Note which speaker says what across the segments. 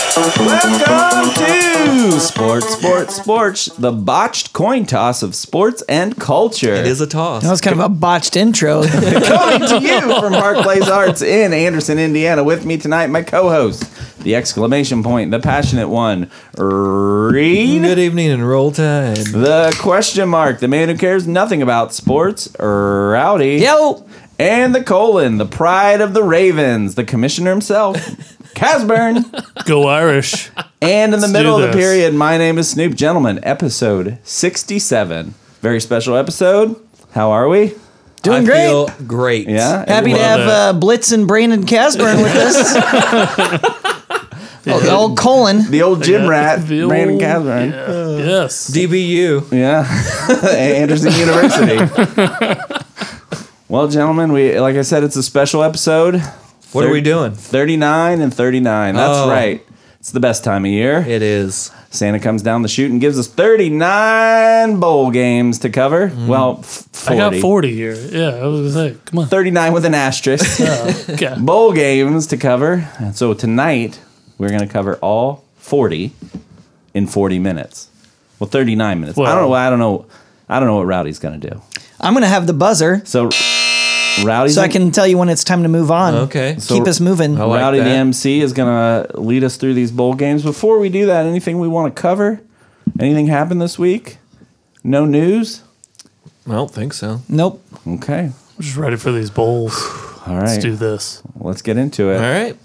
Speaker 1: Welcome to Sports, Sports, Sports, the botched coin toss of sports and culture.
Speaker 2: It is a toss.
Speaker 3: That was kind of a botched intro.
Speaker 1: Coming to you from Barclays Arts in Anderson, Indiana. With me tonight, my co host, the exclamation point, the passionate one, Reed.
Speaker 2: Good evening and roll tide.
Speaker 1: The question mark, the man who cares nothing about sports, Rowdy.
Speaker 3: Yo,
Speaker 1: And the colon, the pride of the Ravens, the commissioner himself, Casburn.
Speaker 4: Go Irish.
Speaker 1: And in the
Speaker 4: Let's
Speaker 1: middle
Speaker 4: do
Speaker 1: of the
Speaker 4: this.
Speaker 1: period, my name is Snoop Gentleman, episode 67. Very special episode. How are we?
Speaker 3: doing
Speaker 2: I
Speaker 3: great.
Speaker 2: feel great.
Speaker 1: Yeah.
Speaker 3: Happy
Speaker 1: everyone-
Speaker 3: to have
Speaker 4: that.
Speaker 3: uh, Blitz and Brandon Casburn with us. oh, the old colon.
Speaker 1: The old gym
Speaker 4: Yeah.
Speaker 1: rat,
Speaker 4: The
Speaker 1: Brandon
Speaker 4: old-
Speaker 1: Catherine.
Speaker 4: yes.
Speaker 2: DBU.
Speaker 1: Yeah. Anderson University. well, gentlemen, we like I said, it's a special episode.
Speaker 2: What are we doing?
Speaker 1: 39 and 39. That's
Speaker 2: Oh.
Speaker 1: right. It's the best time of year.
Speaker 2: It is.
Speaker 1: Santa comes down the chute and gives us 39 bowl games to cover. Well, f- 40.
Speaker 4: I got 40 here. Yeah, I was going to say, come on.
Speaker 1: 39 with an asterisk.
Speaker 4: Okay.
Speaker 1: bowl games to cover. And so tonight we're going to cover all 40 in 40 minutes. Well, 39 minutes. I don't know.
Speaker 4: Well-
Speaker 1: I don't know. I don't know what Rowdy's going to do.
Speaker 3: I'm gonna have the buzzer
Speaker 1: So Rowdy's
Speaker 3: so I can tell you when it's time to move on.
Speaker 2: Okay.
Speaker 1: So-
Speaker 3: Keep us moving.
Speaker 2: I like
Speaker 1: Rowdy the
Speaker 2: that.
Speaker 1: MC is going to lead us through these bowl games. Before we do that, anything we want to cover? Anything happened this week? No news?
Speaker 2: I don't think so.
Speaker 3: Nope.
Speaker 1: Okay.
Speaker 4: I'm just ready for these bowls.
Speaker 1: All right.
Speaker 4: Let's
Speaker 1: Let's,
Speaker 4: do this.
Speaker 1: get into it.
Speaker 2: All right.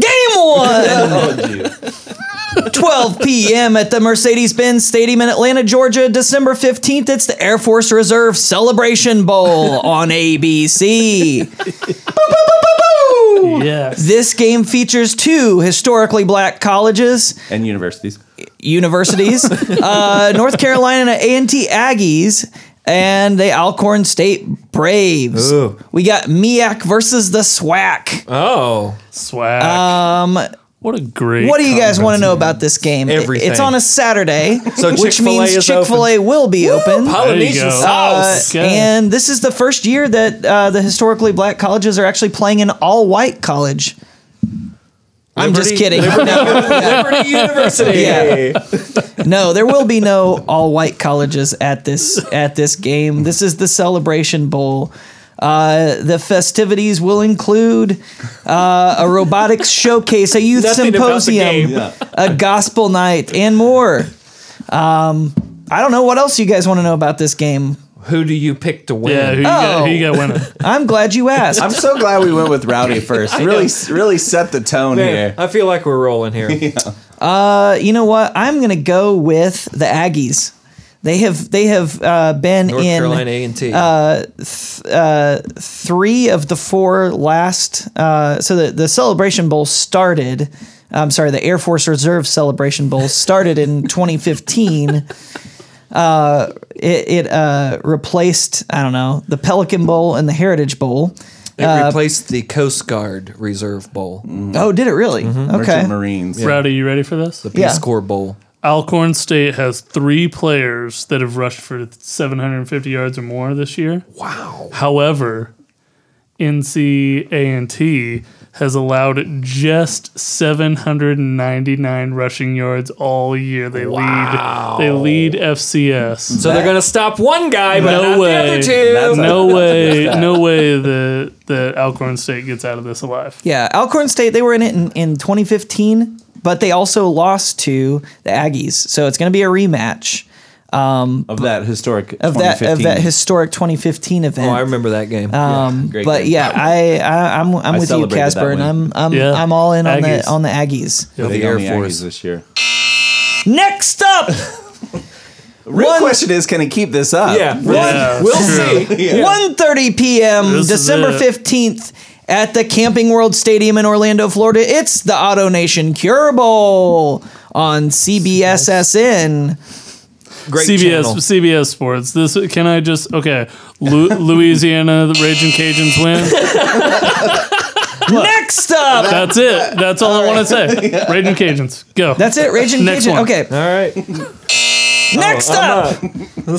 Speaker 3: Game one. 12 p.m. at the Mercedes-Benz Stadium in Atlanta, Georgia, December 15th. It's the Air Force Reserve Celebration Bowl on ABC.
Speaker 4: Yes.
Speaker 3: This game features two historically black colleges,
Speaker 1: And universities.
Speaker 3: universities, uh, North Carolina A&T Aggies, and the Alcorn State Braves.
Speaker 2: Ooh.
Speaker 3: We got MIAC versus the SWAC.
Speaker 2: Oh.
Speaker 4: Swag.
Speaker 3: Um,
Speaker 4: what a great.
Speaker 3: what do you guys want to
Speaker 4: conference.
Speaker 3: know about this game? It- It's
Speaker 2: Everything.
Speaker 3: on a Saturday,
Speaker 2: So
Speaker 3: which
Speaker 2: Chick-fil-A
Speaker 3: means
Speaker 2: is
Speaker 3: Chick Fil A will be open.
Speaker 2: Polynesian
Speaker 4: go.
Speaker 3: Uh,
Speaker 2: sauce.
Speaker 4: Okay.
Speaker 3: And this is the first year that uh, the historically black colleges are actually playing an all-white college. I'm just
Speaker 2: Liberty-
Speaker 3: kidding. No,
Speaker 2: Liberty University.
Speaker 3: Oh, Yeah. no, there will be no all-white colleges at this at this game. This is the Celebration Bowl. Uh, the festivities will include uh, a robotics showcase, a youth
Speaker 2: Nothing about the
Speaker 3: symposium,
Speaker 2: game.
Speaker 1: Yeah.
Speaker 3: a gospel night, and more. Um, I don't know what else you guys want to know about this game.
Speaker 2: Who do you pick to win?
Speaker 4: Yeah, who you, got, who you
Speaker 3: Oh.
Speaker 4: got winning?
Speaker 3: I'm glad you asked.
Speaker 1: I'm so glad we went with Rowdy first. Really, really set the tone
Speaker 2: Man,
Speaker 1: here.
Speaker 2: I feel like we're rolling here.
Speaker 3: Uh, you know what? I'm gonna go with the Aggies. They have they have uh, been
Speaker 2: North
Speaker 3: in
Speaker 2: Carolina A and T.
Speaker 3: three of the four last. Uh, so the, the Celebration Bowl started. I'm sorry, the Air Force Reserve Celebration Bowl started in 2015. Uh, it it uh, replaced I don't know the Pelican Bowl and the Heritage Bowl.
Speaker 2: It replaced the Coast Guard Reserve Bowl,
Speaker 1: Mm.
Speaker 3: Oh, did it really? Okay.
Speaker 1: Merchant Marines.
Speaker 4: Rowdy, you ready for this?
Speaker 2: the Peace
Speaker 3: Yeah.
Speaker 2: Corps Bowl.
Speaker 4: Alcorn State has three players that have rushed for 750 yards or more this year.
Speaker 2: Wow.
Speaker 4: However, NCANT has allowed just 799 rushing yards all year. They lead. They lead FCS.
Speaker 2: So they're gonna stop one guy, but
Speaker 4: No
Speaker 2: not
Speaker 4: way.
Speaker 2: the other two.
Speaker 1: That's a-
Speaker 4: No way. No way that that Alcorn State gets out of this alive.
Speaker 3: Yeah, Alcorn State, they were in it in, in 2015, but they also lost to the Aggies. So it's going to be a rematch
Speaker 1: of that historic
Speaker 3: of that of
Speaker 1: 2015.
Speaker 3: that historic 202015 event.
Speaker 2: oh, I remember that game.
Speaker 3: um,
Speaker 1: great
Speaker 3: but
Speaker 1: game.
Speaker 3: yeah, I, I I'm I'm
Speaker 1: I
Speaker 3: with you,
Speaker 1: celebrated that
Speaker 3: Casper, and
Speaker 1: win.
Speaker 3: I'm I'm
Speaker 4: Yeah.
Speaker 3: I'm all in on
Speaker 4: Aggies.
Speaker 3: the on the Aggies.
Speaker 1: They
Speaker 2: the
Speaker 1: own
Speaker 2: Air
Speaker 1: Aggies
Speaker 2: Force.
Speaker 1: this year.
Speaker 3: Next up,
Speaker 1: Real
Speaker 3: One-
Speaker 1: question is, can he keep this up?
Speaker 2: yeah,
Speaker 4: Yeah,
Speaker 2: we'll
Speaker 4: true.
Speaker 2: see.
Speaker 3: 1:30 p.m.
Speaker 4: This is
Speaker 3: December
Speaker 4: it.
Speaker 3: 15th at the Camping World Stadium in Orlando, Florida. It's the Auto Nation Cure Bowl on CBSSN.
Speaker 2: Great
Speaker 4: CBS
Speaker 2: channel.
Speaker 4: CBS Sports. This can I just okay? Lu- Louisiana, the Raging Cajuns win.
Speaker 3: Next up,
Speaker 4: That's it. That's all I want to say. Raging Cajuns, go.
Speaker 3: That's it. Raging
Speaker 4: Next
Speaker 3: Cajun.
Speaker 4: one.
Speaker 3: Okay.
Speaker 2: All right.
Speaker 1: Oh,
Speaker 3: Next
Speaker 1: uh,
Speaker 3: up,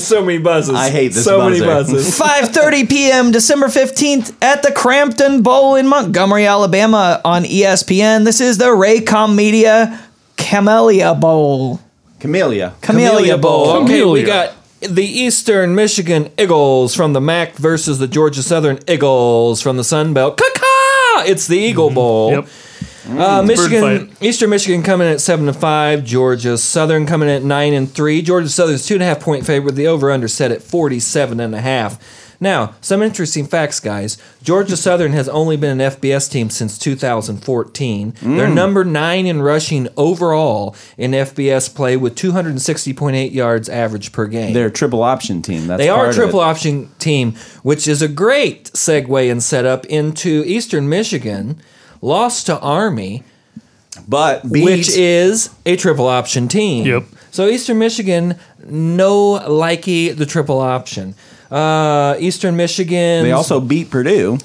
Speaker 5: So many buzzes.
Speaker 1: I hate this
Speaker 5: So many
Speaker 1: buzzer.
Speaker 5: buzzes.
Speaker 3: 5:30 p.m. December 15th at the Crampton Bowl in Montgomery, Alabama on E ESPN. This is the Raycom Media Camellia Bowl.
Speaker 1: Camellia.
Speaker 3: Camellia Bowl.
Speaker 2: Okay, we
Speaker 4: Familiar.
Speaker 2: got
Speaker 5: the Eastern Michigan Eagles from the MAC versus the Georgia Southern Eagles from the Sun Belt. Caca! It's the Eagle Bowl.
Speaker 4: Mm-hmm. Yep. Mm.
Speaker 5: Uh, Michigan,
Speaker 4: fight.
Speaker 5: Eastern Michigan coming in at seven and five. Georgia Southern coming in at nine and three. Georgia Southern's two and a half point favorite. The over under set at forty-seven and a half. Now, some interesting facts, guys. Georgia Southern has only been an FBS team since 2014. They're
Speaker 1: Mm.
Speaker 5: number nine in rushing overall in FBS play with 260.8 yards average per game.
Speaker 1: They're a triple option team. That's
Speaker 5: They are
Speaker 1: part
Speaker 5: a
Speaker 1: of
Speaker 5: triple
Speaker 1: it.
Speaker 5: option team, which is a great segue and setup into Eastern Michigan. Lost to Army,
Speaker 1: But beat
Speaker 5: which is a triple option team.
Speaker 4: Yep.
Speaker 5: So Eastern Michigan, no likey the triple option. Uh, Eastern Michigan.
Speaker 1: they also beat Purdue.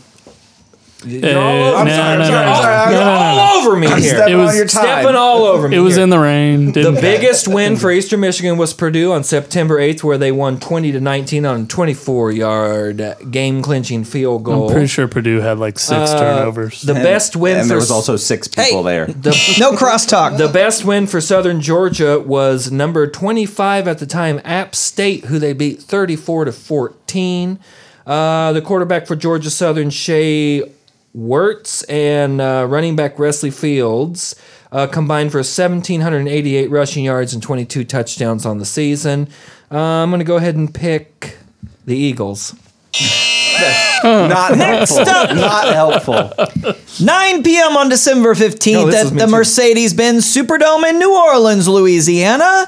Speaker 4: Eh,
Speaker 1: I'm
Speaker 4: no,
Speaker 1: sorry,
Speaker 4: no,
Speaker 1: I'm sorry,
Speaker 4: no.
Speaker 1: I'm sorry. I'm
Speaker 5: You're
Speaker 1: sorry.
Speaker 5: all over me
Speaker 1: I'm
Speaker 5: here.
Speaker 1: stepping
Speaker 4: was-
Speaker 1: on your time.
Speaker 5: Stepping all over me.
Speaker 4: It was
Speaker 5: here.
Speaker 4: in the rain.
Speaker 5: The
Speaker 4: Didn't
Speaker 5: biggest win for Eastern Michigan was Purdue on September 8th, where they won 20 to 19 on a 24 yard game clinching field
Speaker 4: I'm
Speaker 5: goal.
Speaker 4: pretty sure Purdue had like six
Speaker 5: Uh,
Speaker 4: turnovers.
Speaker 5: The best win
Speaker 1: and
Speaker 5: for
Speaker 1: there was also six people there.
Speaker 5: the,
Speaker 3: No crosstalk.
Speaker 5: the best win for Southern Georgia was number 25 at the time, App State, who they beat 34 to 14. Uh, the quarterback for Georgia Southern, Shea Wertz, and uh, running back Wesley Fields uh, combined for 1,788 rushing yards and 22 touchdowns on the season. Uh, I'm going to go ahead and pick the Eagles.
Speaker 1: Not helpful. Not helpful.
Speaker 3: 9 p.m. on December 15th
Speaker 5: No, this
Speaker 3: at
Speaker 5: is me
Speaker 3: the
Speaker 5: too.
Speaker 3: Mercedes Benz Superdome in New Orleans, Louisiana.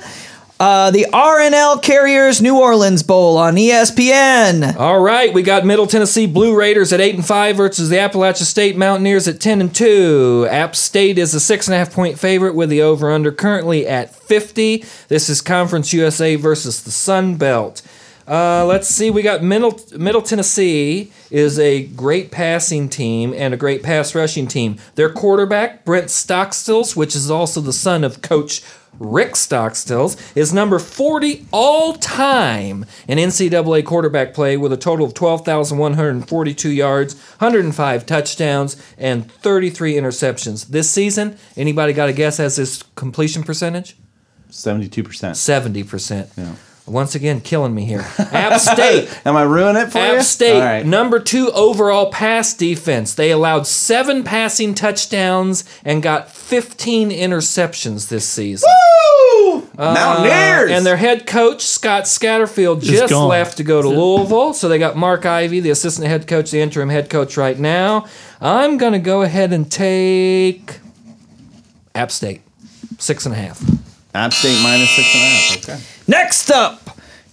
Speaker 3: Uh, the RNL Carriers New Orleans Bowl on E ESPN.
Speaker 5: All right, we got Middle Tennessee Blue Raiders at eight and five versus the Appalachian State Mountaineers at ten and two. App State is a six and a half point favorite with the over under currently at fifty. This is Conference USA versus the Sun Belt. Uh, let's see. We got Middle Middle Tennessee is a great passing team and a great pass rushing team. Their quarterback Brent Stockstills, which is also the son of Coach Rick Stockstills, is number forty all time in NCAA quarterback play with a total of twelve thousand one hundred forty-two yards, hundred and five touchdowns, and thirty-three interceptions this season. Anybody got a guess as his completion percentage?
Speaker 1: Seventy-two percent.
Speaker 5: Seventy percent. Once again, killing me here. App State.
Speaker 1: Am I ruining it for you?
Speaker 5: App State,
Speaker 1: All right.
Speaker 5: number two overall pass defense. They allowed seven passing touchdowns and got 15 interceptions this season.
Speaker 1: Woo! Mountaineers.
Speaker 5: Uh, And their head coach, Scott Scatterfield, just
Speaker 4: gone.
Speaker 5: left to go to Louisville. So they got Mark Ivy, the assistant head coach, the interim head coach right now. I'm going to go ahead and take App State, six and a half.
Speaker 1: App State minus six and a half. Okay.
Speaker 3: Next up,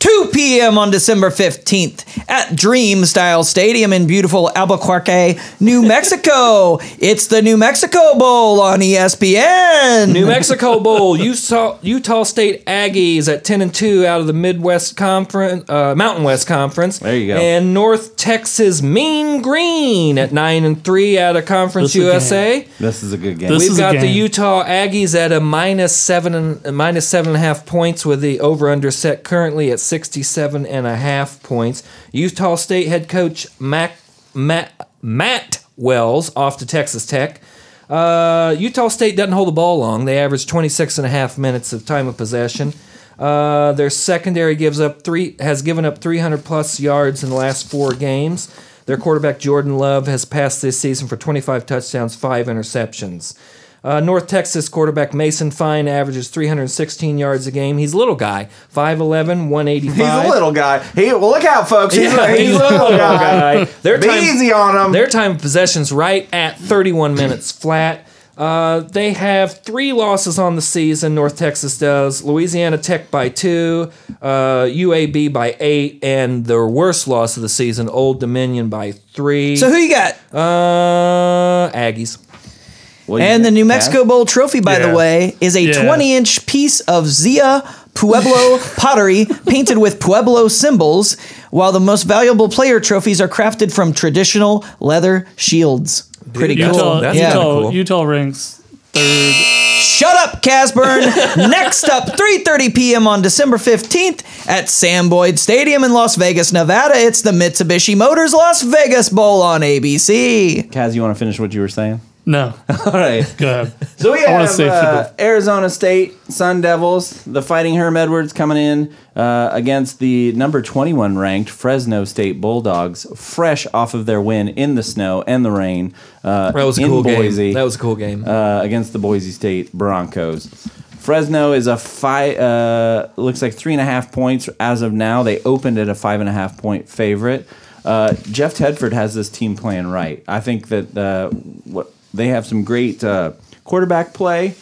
Speaker 3: 2 p.m. on December 15th at Dream Style Stadium in beautiful Albuquerque, New Mexico. it's the New Mexico Bowl on E ESPN.
Speaker 5: New Mexico Bowl, Utah, Utah State Aggies at ten and two out of the Midwest Conference, uh, Mountain West Conference.
Speaker 1: There you go.
Speaker 5: And North Texas Mean Green at nine and three out of Conference
Speaker 4: This is a
Speaker 5: USA.
Speaker 1: This is a good game.
Speaker 4: This
Speaker 5: We've
Speaker 4: is a
Speaker 5: got the
Speaker 4: game.
Speaker 5: Utah Aggies at a minus seven and uh, minus seven and a half points with the over under set currently at 67 and a half points. Utah State head coach Mac, Matt, Matt Wells off to Texas Tech. Uh, Utah State doesn't hold the ball long. They average 26 and a half minutes of time of possession. Uh, their secondary gives up three has given up 300 plus yards in the last four games. Their quarterback Jordan Love has passed this season for 25 touchdowns, five interceptions. Uh, North Texas quarterback Mason Fine averages 316 yards a game. He's a little guy, 5'11", 185.
Speaker 1: He's a little guy. He well, look out, folks. He's,
Speaker 5: Yeah,
Speaker 1: a, he's a little guy.
Speaker 5: Their
Speaker 1: Be easy on him.
Speaker 5: Their time of possession's right at 31 minutes flat. Uh, they have three losses on the season. North Texas does. Louisiana Tech by two, uh, UAB by eight, and their worst loss of the season, Old Dominion by three.
Speaker 3: So who you got?
Speaker 5: Oh, uh, Aggies.
Speaker 1: What do you
Speaker 3: And the
Speaker 1: think,
Speaker 3: New
Speaker 1: Cass?
Speaker 3: Mexico Bowl trophy, by
Speaker 4: Yeah.
Speaker 3: the way, is a
Speaker 4: Yeah.
Speaker 3: 20 inch piece of Zia Pueblo pottery painted with Pueblo symbols, while the most valuable player trophies are crafted from traditional leather shields. Pretty
Speaker 5: Dude,
Speaker 3: cool.
Speaker 4: Utah,
Speaker 5: That's
Speaker 3: yeah.
Speaker 4: Utah,
Speaker 5: kinda cool.
Speaker 4: Utah ranks third
Speaker 3: Shut up, Casburn. Next up, 3:30 p.m. on December 15th at Sam Boyd Stadium in Las Vegas, Nevada. It's the Mitsubishi Motors Las Vegas Bowl on ABC.
Speaker 1: Kaz, you want to finish what you were saying?
Speaker 4: No,
Speaker 1: All right.
Speaker 4: go ahead.
Speaker 1: So we
Speaker 4: I wanna
Speaker 1: have
Speaker 4: save for
Speaker 1: uh, Arizona State Sun Devils, the Fighting Herm Edwards coming in uh, against the number 21 ranked Fresno State Bulldogs, fresh off of their win in the snow and the rain. Uh,
Speaker 5: That was a
Speaker 1: in
Speaker 5: cool
Speaker 1: Boise
Speaker 5: game. That was a cool game.
Speaker 1: uh, against the Boise State Broncos. Fresno is a five. Uh, looks like three and a half points as of now. They opened at a five and a half point favorite. Uh, Jeff Tedford has this team playing right. I think that uh, what they have some great uh, quarterback play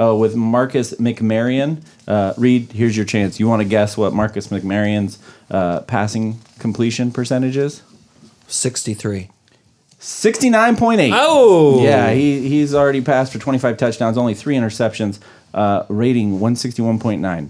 Speaker 1: uh, with Marcus McMarion. Uh, Reed, here's your chance. You want to guess what Marcus McMarion's uh, passing completion percentage is? Uh,
Speaker 5: 63.
Speaker 1: Sixty nine point eight.
Speaker 5: Oh!
Speaker 1: Yeah, he, he's already passed for 25 touchdowns, only three interceptions, uh, rating 161.9.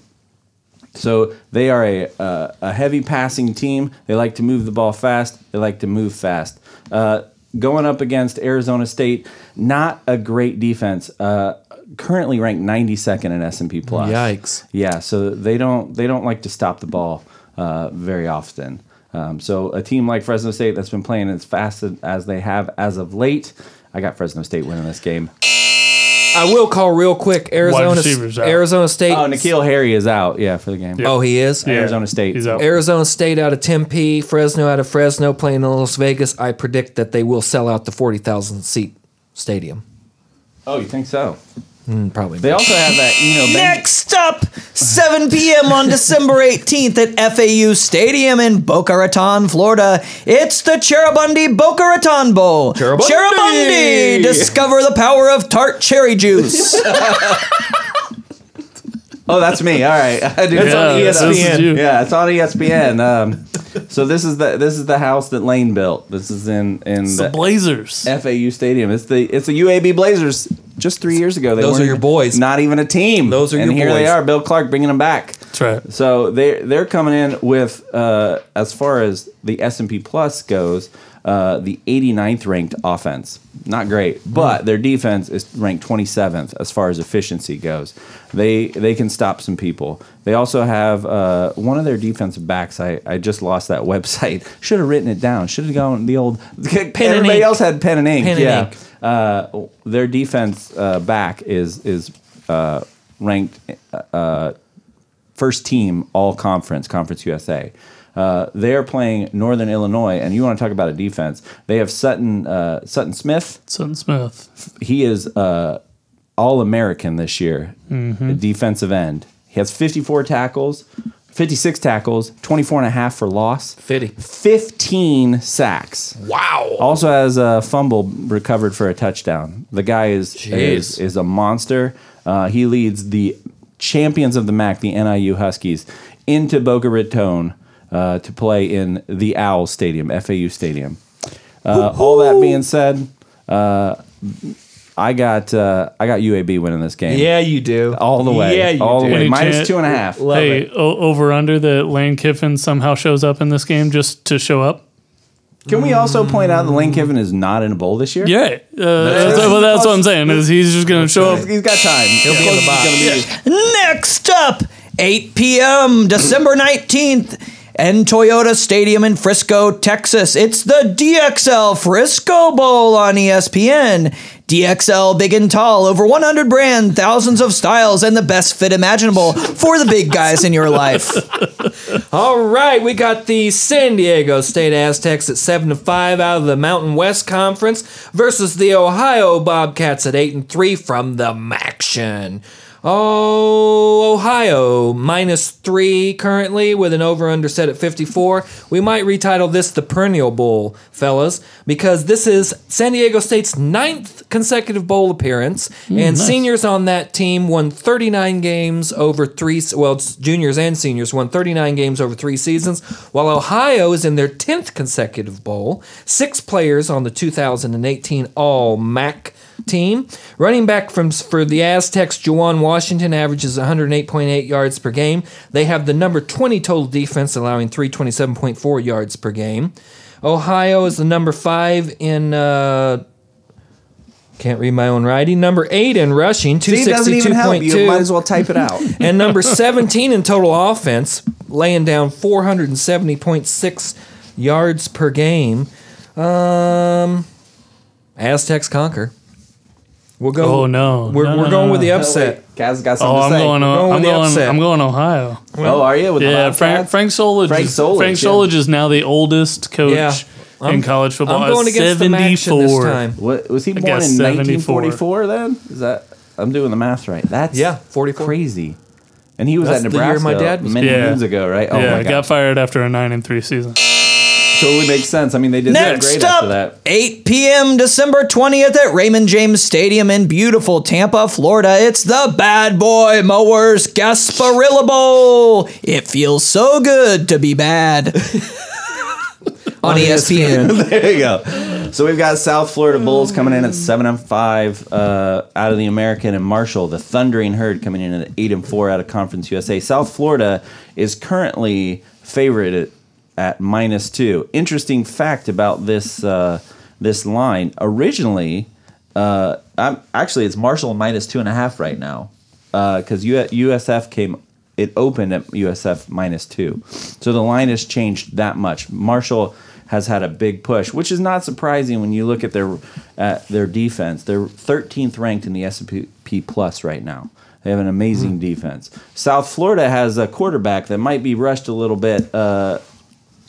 Speaker 1: So they are a, uh, a heavy passing team. They like to move the ball fast, they like to move fast. Uh, going up against Arizona State, not a great defense. Uh, currently ranked 92nd in S&P Plus.
Speaker 5: Yikes.
Speaker 1: Yeah, so they don't they don't like to stop the ball uh, very often. Um, so a team like Fresno State that's been playing as fast as they have as of late, I got Fresno State winning this game.
Speaker 5: I will call real quick Arizona
Speaker 4: receivers out.
Speaker 5: Arizona State.
Speaker 1: Oh, Nikhil Harry is out. Yeah, for the game.
Speaker 5: Oh, he is?
Speaker 4: Yeah,
Speaker 1: Arizona State.
Speaker 4: He's out.
Speaker 5: Arizona State out of Tempe, Fresno out of Fresno, playing in Las Vegas. I predict that they will sell out the 40,000 seat stadium.
Speaker 1: Oh, you think so?
Speaker 5: Mm, Probably.
Speaker 1: They also have that Eno. Ben-
Speaker 3: Next up, 7 p.m. on December 18th at FAU Stadium in Boca Raton, Florida. It's the Cherubundi Boca Raton Bowl.
Speaker 5: Cherubundi!
Speaker 3: Cherubundi! Discover the power of tart cherry juice.
Speaker 1: Oh, that's me. All right, I do. It's on E
Speaker 4: Yeah, this is you.
Speaker 1: ESPN. Yeah, it's on ESPN. Um, so this is the this is the house that Lane built. This is in in
Speaker 4: the Blazers.
Speaker 1: FAU Stadium. It's the it's the UAB Blazers. Just three years ago, they
Speaker 5: Those are
Speaker 1: weren't-
Speaker 5: your boys.
Speaker 1: Not even a team.
Speaker 5: Those are
Speaker 1: and
Speaker 5: your
Speaker 1: here they
Speaker 5: boys.
Speaker 1: are. Bill Clark bringing them back.
Speaker 4: That's right.
Speaker 1: So they they're coming in with uh, as far as the S and P Plus goes, uh, the 89th ranked offense. Not great,
Speaker 4: Mm-hmm.
Speaker 1: but their defense is ranked 27th as far as efficiency goes. They they can stop some people. They also have uh, one of their defensive backs. I, I just lost that website. Should have written it down. Should have gone the old. everybody
Speaker 5: ink.
Speaker 1: else had pen and ink.
Speaker 5: Pen and
Speaker 1: yeah.
Speaker 5: ink.
Speaker 1: Uh, their defense uh, back is is uh, ranked uh, first team all conference, Conference USA. Uh, they are playing Northern Illinois, and you want to talk about a defense. They have Sutton uh, Sutton Smith.
Speaker 4: Sutton Smith.
Speaker 1: He is uh, all American this year,
Speaker 5: Mm-hmm.
Speaker 1: a defensive end. He has 54 tackles, 56 tackles, 24 and a half for loss,
Speaker 5: 50.
Speaker 1: 15 sacks.
Speaker 5: Wow.
Speaker 1: Also has a fumble recovered for a touchdown. The guy is is, is a monster. Uh, he leads the champions of the MAC, the NIU Huskies, into Boca Raton uh, to play in the Owl Stadium, FAU Stadium. Uh, all that being said, uh, I got uh, I got UAB winning this game.
Speaker 5: Yeah, you do.
Speaker 1: all the way.
Speaker 5: Yeah, you
Speaker 1: all
Speaker 5: do.
Speaker 1: the way.
Speaker 4: Any
Speaker 1: Minus
Speaker 4: chance-
Speaker 1: two and a half.
Speaker 5: Love
Speaker 4: hey,
Speaker 5: it.
Speaker 4: o- over under that Lane Kiffin somehow shows up in this game just to show up.
Speaker 1: Can we also point out that Lane Kiffin is not in a bowl this year?
Speaker 4: Yeah, uh, that's, well, that's what I'm saying. Is he's just gonna show up?
Speaker 1: He's got time. He'll
Speaker 5: be in the box.
Speaker 3: Next up, 8 p.m., December 19th, in Toyota Stadium in Frisco, Texas. It's the DXL Frisco Bowl on E ESPN. DXL big and tall, over 100 brand, thousands of styles, and the best fit imaginable for the big guys in your life.
Speaker 5: All right, we got the San Diego State Aztecs at seven to five out of the Mountain West Conference versus the Ohio Bobcats at eight and three from the Maction. Oh, Ohio minus three currently with an over under set at 54. We might retitle this the Perennial Bowl, fellas, because this is San Diego State's ninth consecutive bowl appearance, and seniors on that team won 39 games over three. Well, it's juniors and seniors won 39 games over three seasons, while Ohio is in their 10th consecutive bowl. Six players on the 2018 All MAC team. Running back from for the Aztecs, Juwan Washington averages 108.8 yards per game. They have the number 20 total defense, allowing 327.4 yards per game. Ohio is the number five in. Uh, Can't read my own writing. Number eight in rushing,
Speaker 1: See, it doesn't even help. You might as
Speaker 5: 262.2.
Speaker 1: well type it out.
Speaker 5: and number 17 in total offense, laying down 470.6 yards per game. Um, Aztecs conquer. We'll go.
Speaker 4: Oh, no.
Speaker 5: We're,
Speaker 4: No,
Speaker 5: we're
Speaker 4: no,
Speaker 5: going
Speaker 4: no,
Speaker 5: with the
Speaker 4: no.
Speaker 5: upset.
Speaker 1: Kaz got something
Speaker 4: Oh,
Speaker 1: to
Speaker 4: I'm
Speaker 1: say.
Speaker 4: going,
Speaker 5: going
Speaker 4: I'm
Speaker 5: with the
Speaker 4: going.
Speaker 5: upset.
Speaker 4: I'm going Ohio.
Speaker 1: oh, are you? With the
Speaker 4: Yeah,
Speaker 1: Bobcats?
Speaker 4: Frank, Frank Solich.
Speaker 1: Frank
Speaker 4: is-
Speaker 1: Solich,
Speaker 4: Frank
Speaker 1: yeah.
Speaker 4: Solich is now the oldest coach
Speaker 5: Yeah.
Speaker 4: in
Speaker 5: I'm-
Speaker 4: college football.
Speaker 5: I'm going against the match in this
Speaker 4: 74.
Speaker 5: time.
Speaker 1: What was he born in
Speaker 4: guess 74.
Speaker 1: 1944? Then is that I'm doing the math right? That's
Speaker 5: Yeah, 44.
Speaker 1: Crazy. And he was
Speaker 5: That's
Speaker 1: at
Speaker 5: the year
Speaker 1: Nebraska
Speaker 5: my dad was
Speaker 1: many
Speaker 4: born. Yeah.
Speaker 1: moons ago, right? Oh
Speaker 4: yeah,
Speaker 1: my
Speaker 4: got
Speaker 1: god,
Speaker 4: fired after a nine and three season.
Speaker 1: totally makes sense. I mean, they did that
Speaker 3: Next
Speaker 1: great
Speaker 3: up,
Speaker 1: after that.
Speaker 3: 8 p.m. December 20th at Raymond James Stadium in beautiful Tampa, Florida. It's the Bad Boy Mowers Gasparilla Bowl. It feels so good to be bad. On E
Speaker 5: E
Speaker 3: ESPN.
Speaker 1: There you go. So we've got South Florida Bulls coming in at seven and five uh, out of the American, and Marshall, the Thundering Herd, coming in at eight and four out of Conference USA. South Florida is currently favored at, at minus two. Interesting fact about this uh, this line: originally, uh, I'm, actually, it's Marshall minus two and a half right now Uh, because USF came. It opened at USF minus two, so the line has changed that much. Marshall has had a big push, which is not surprising when you look at their at their defense. They're 13th ranked in the S&P Plus right now. They have an amazing defense. South Florida has a quarterback that might be rushed a little bit. Uh,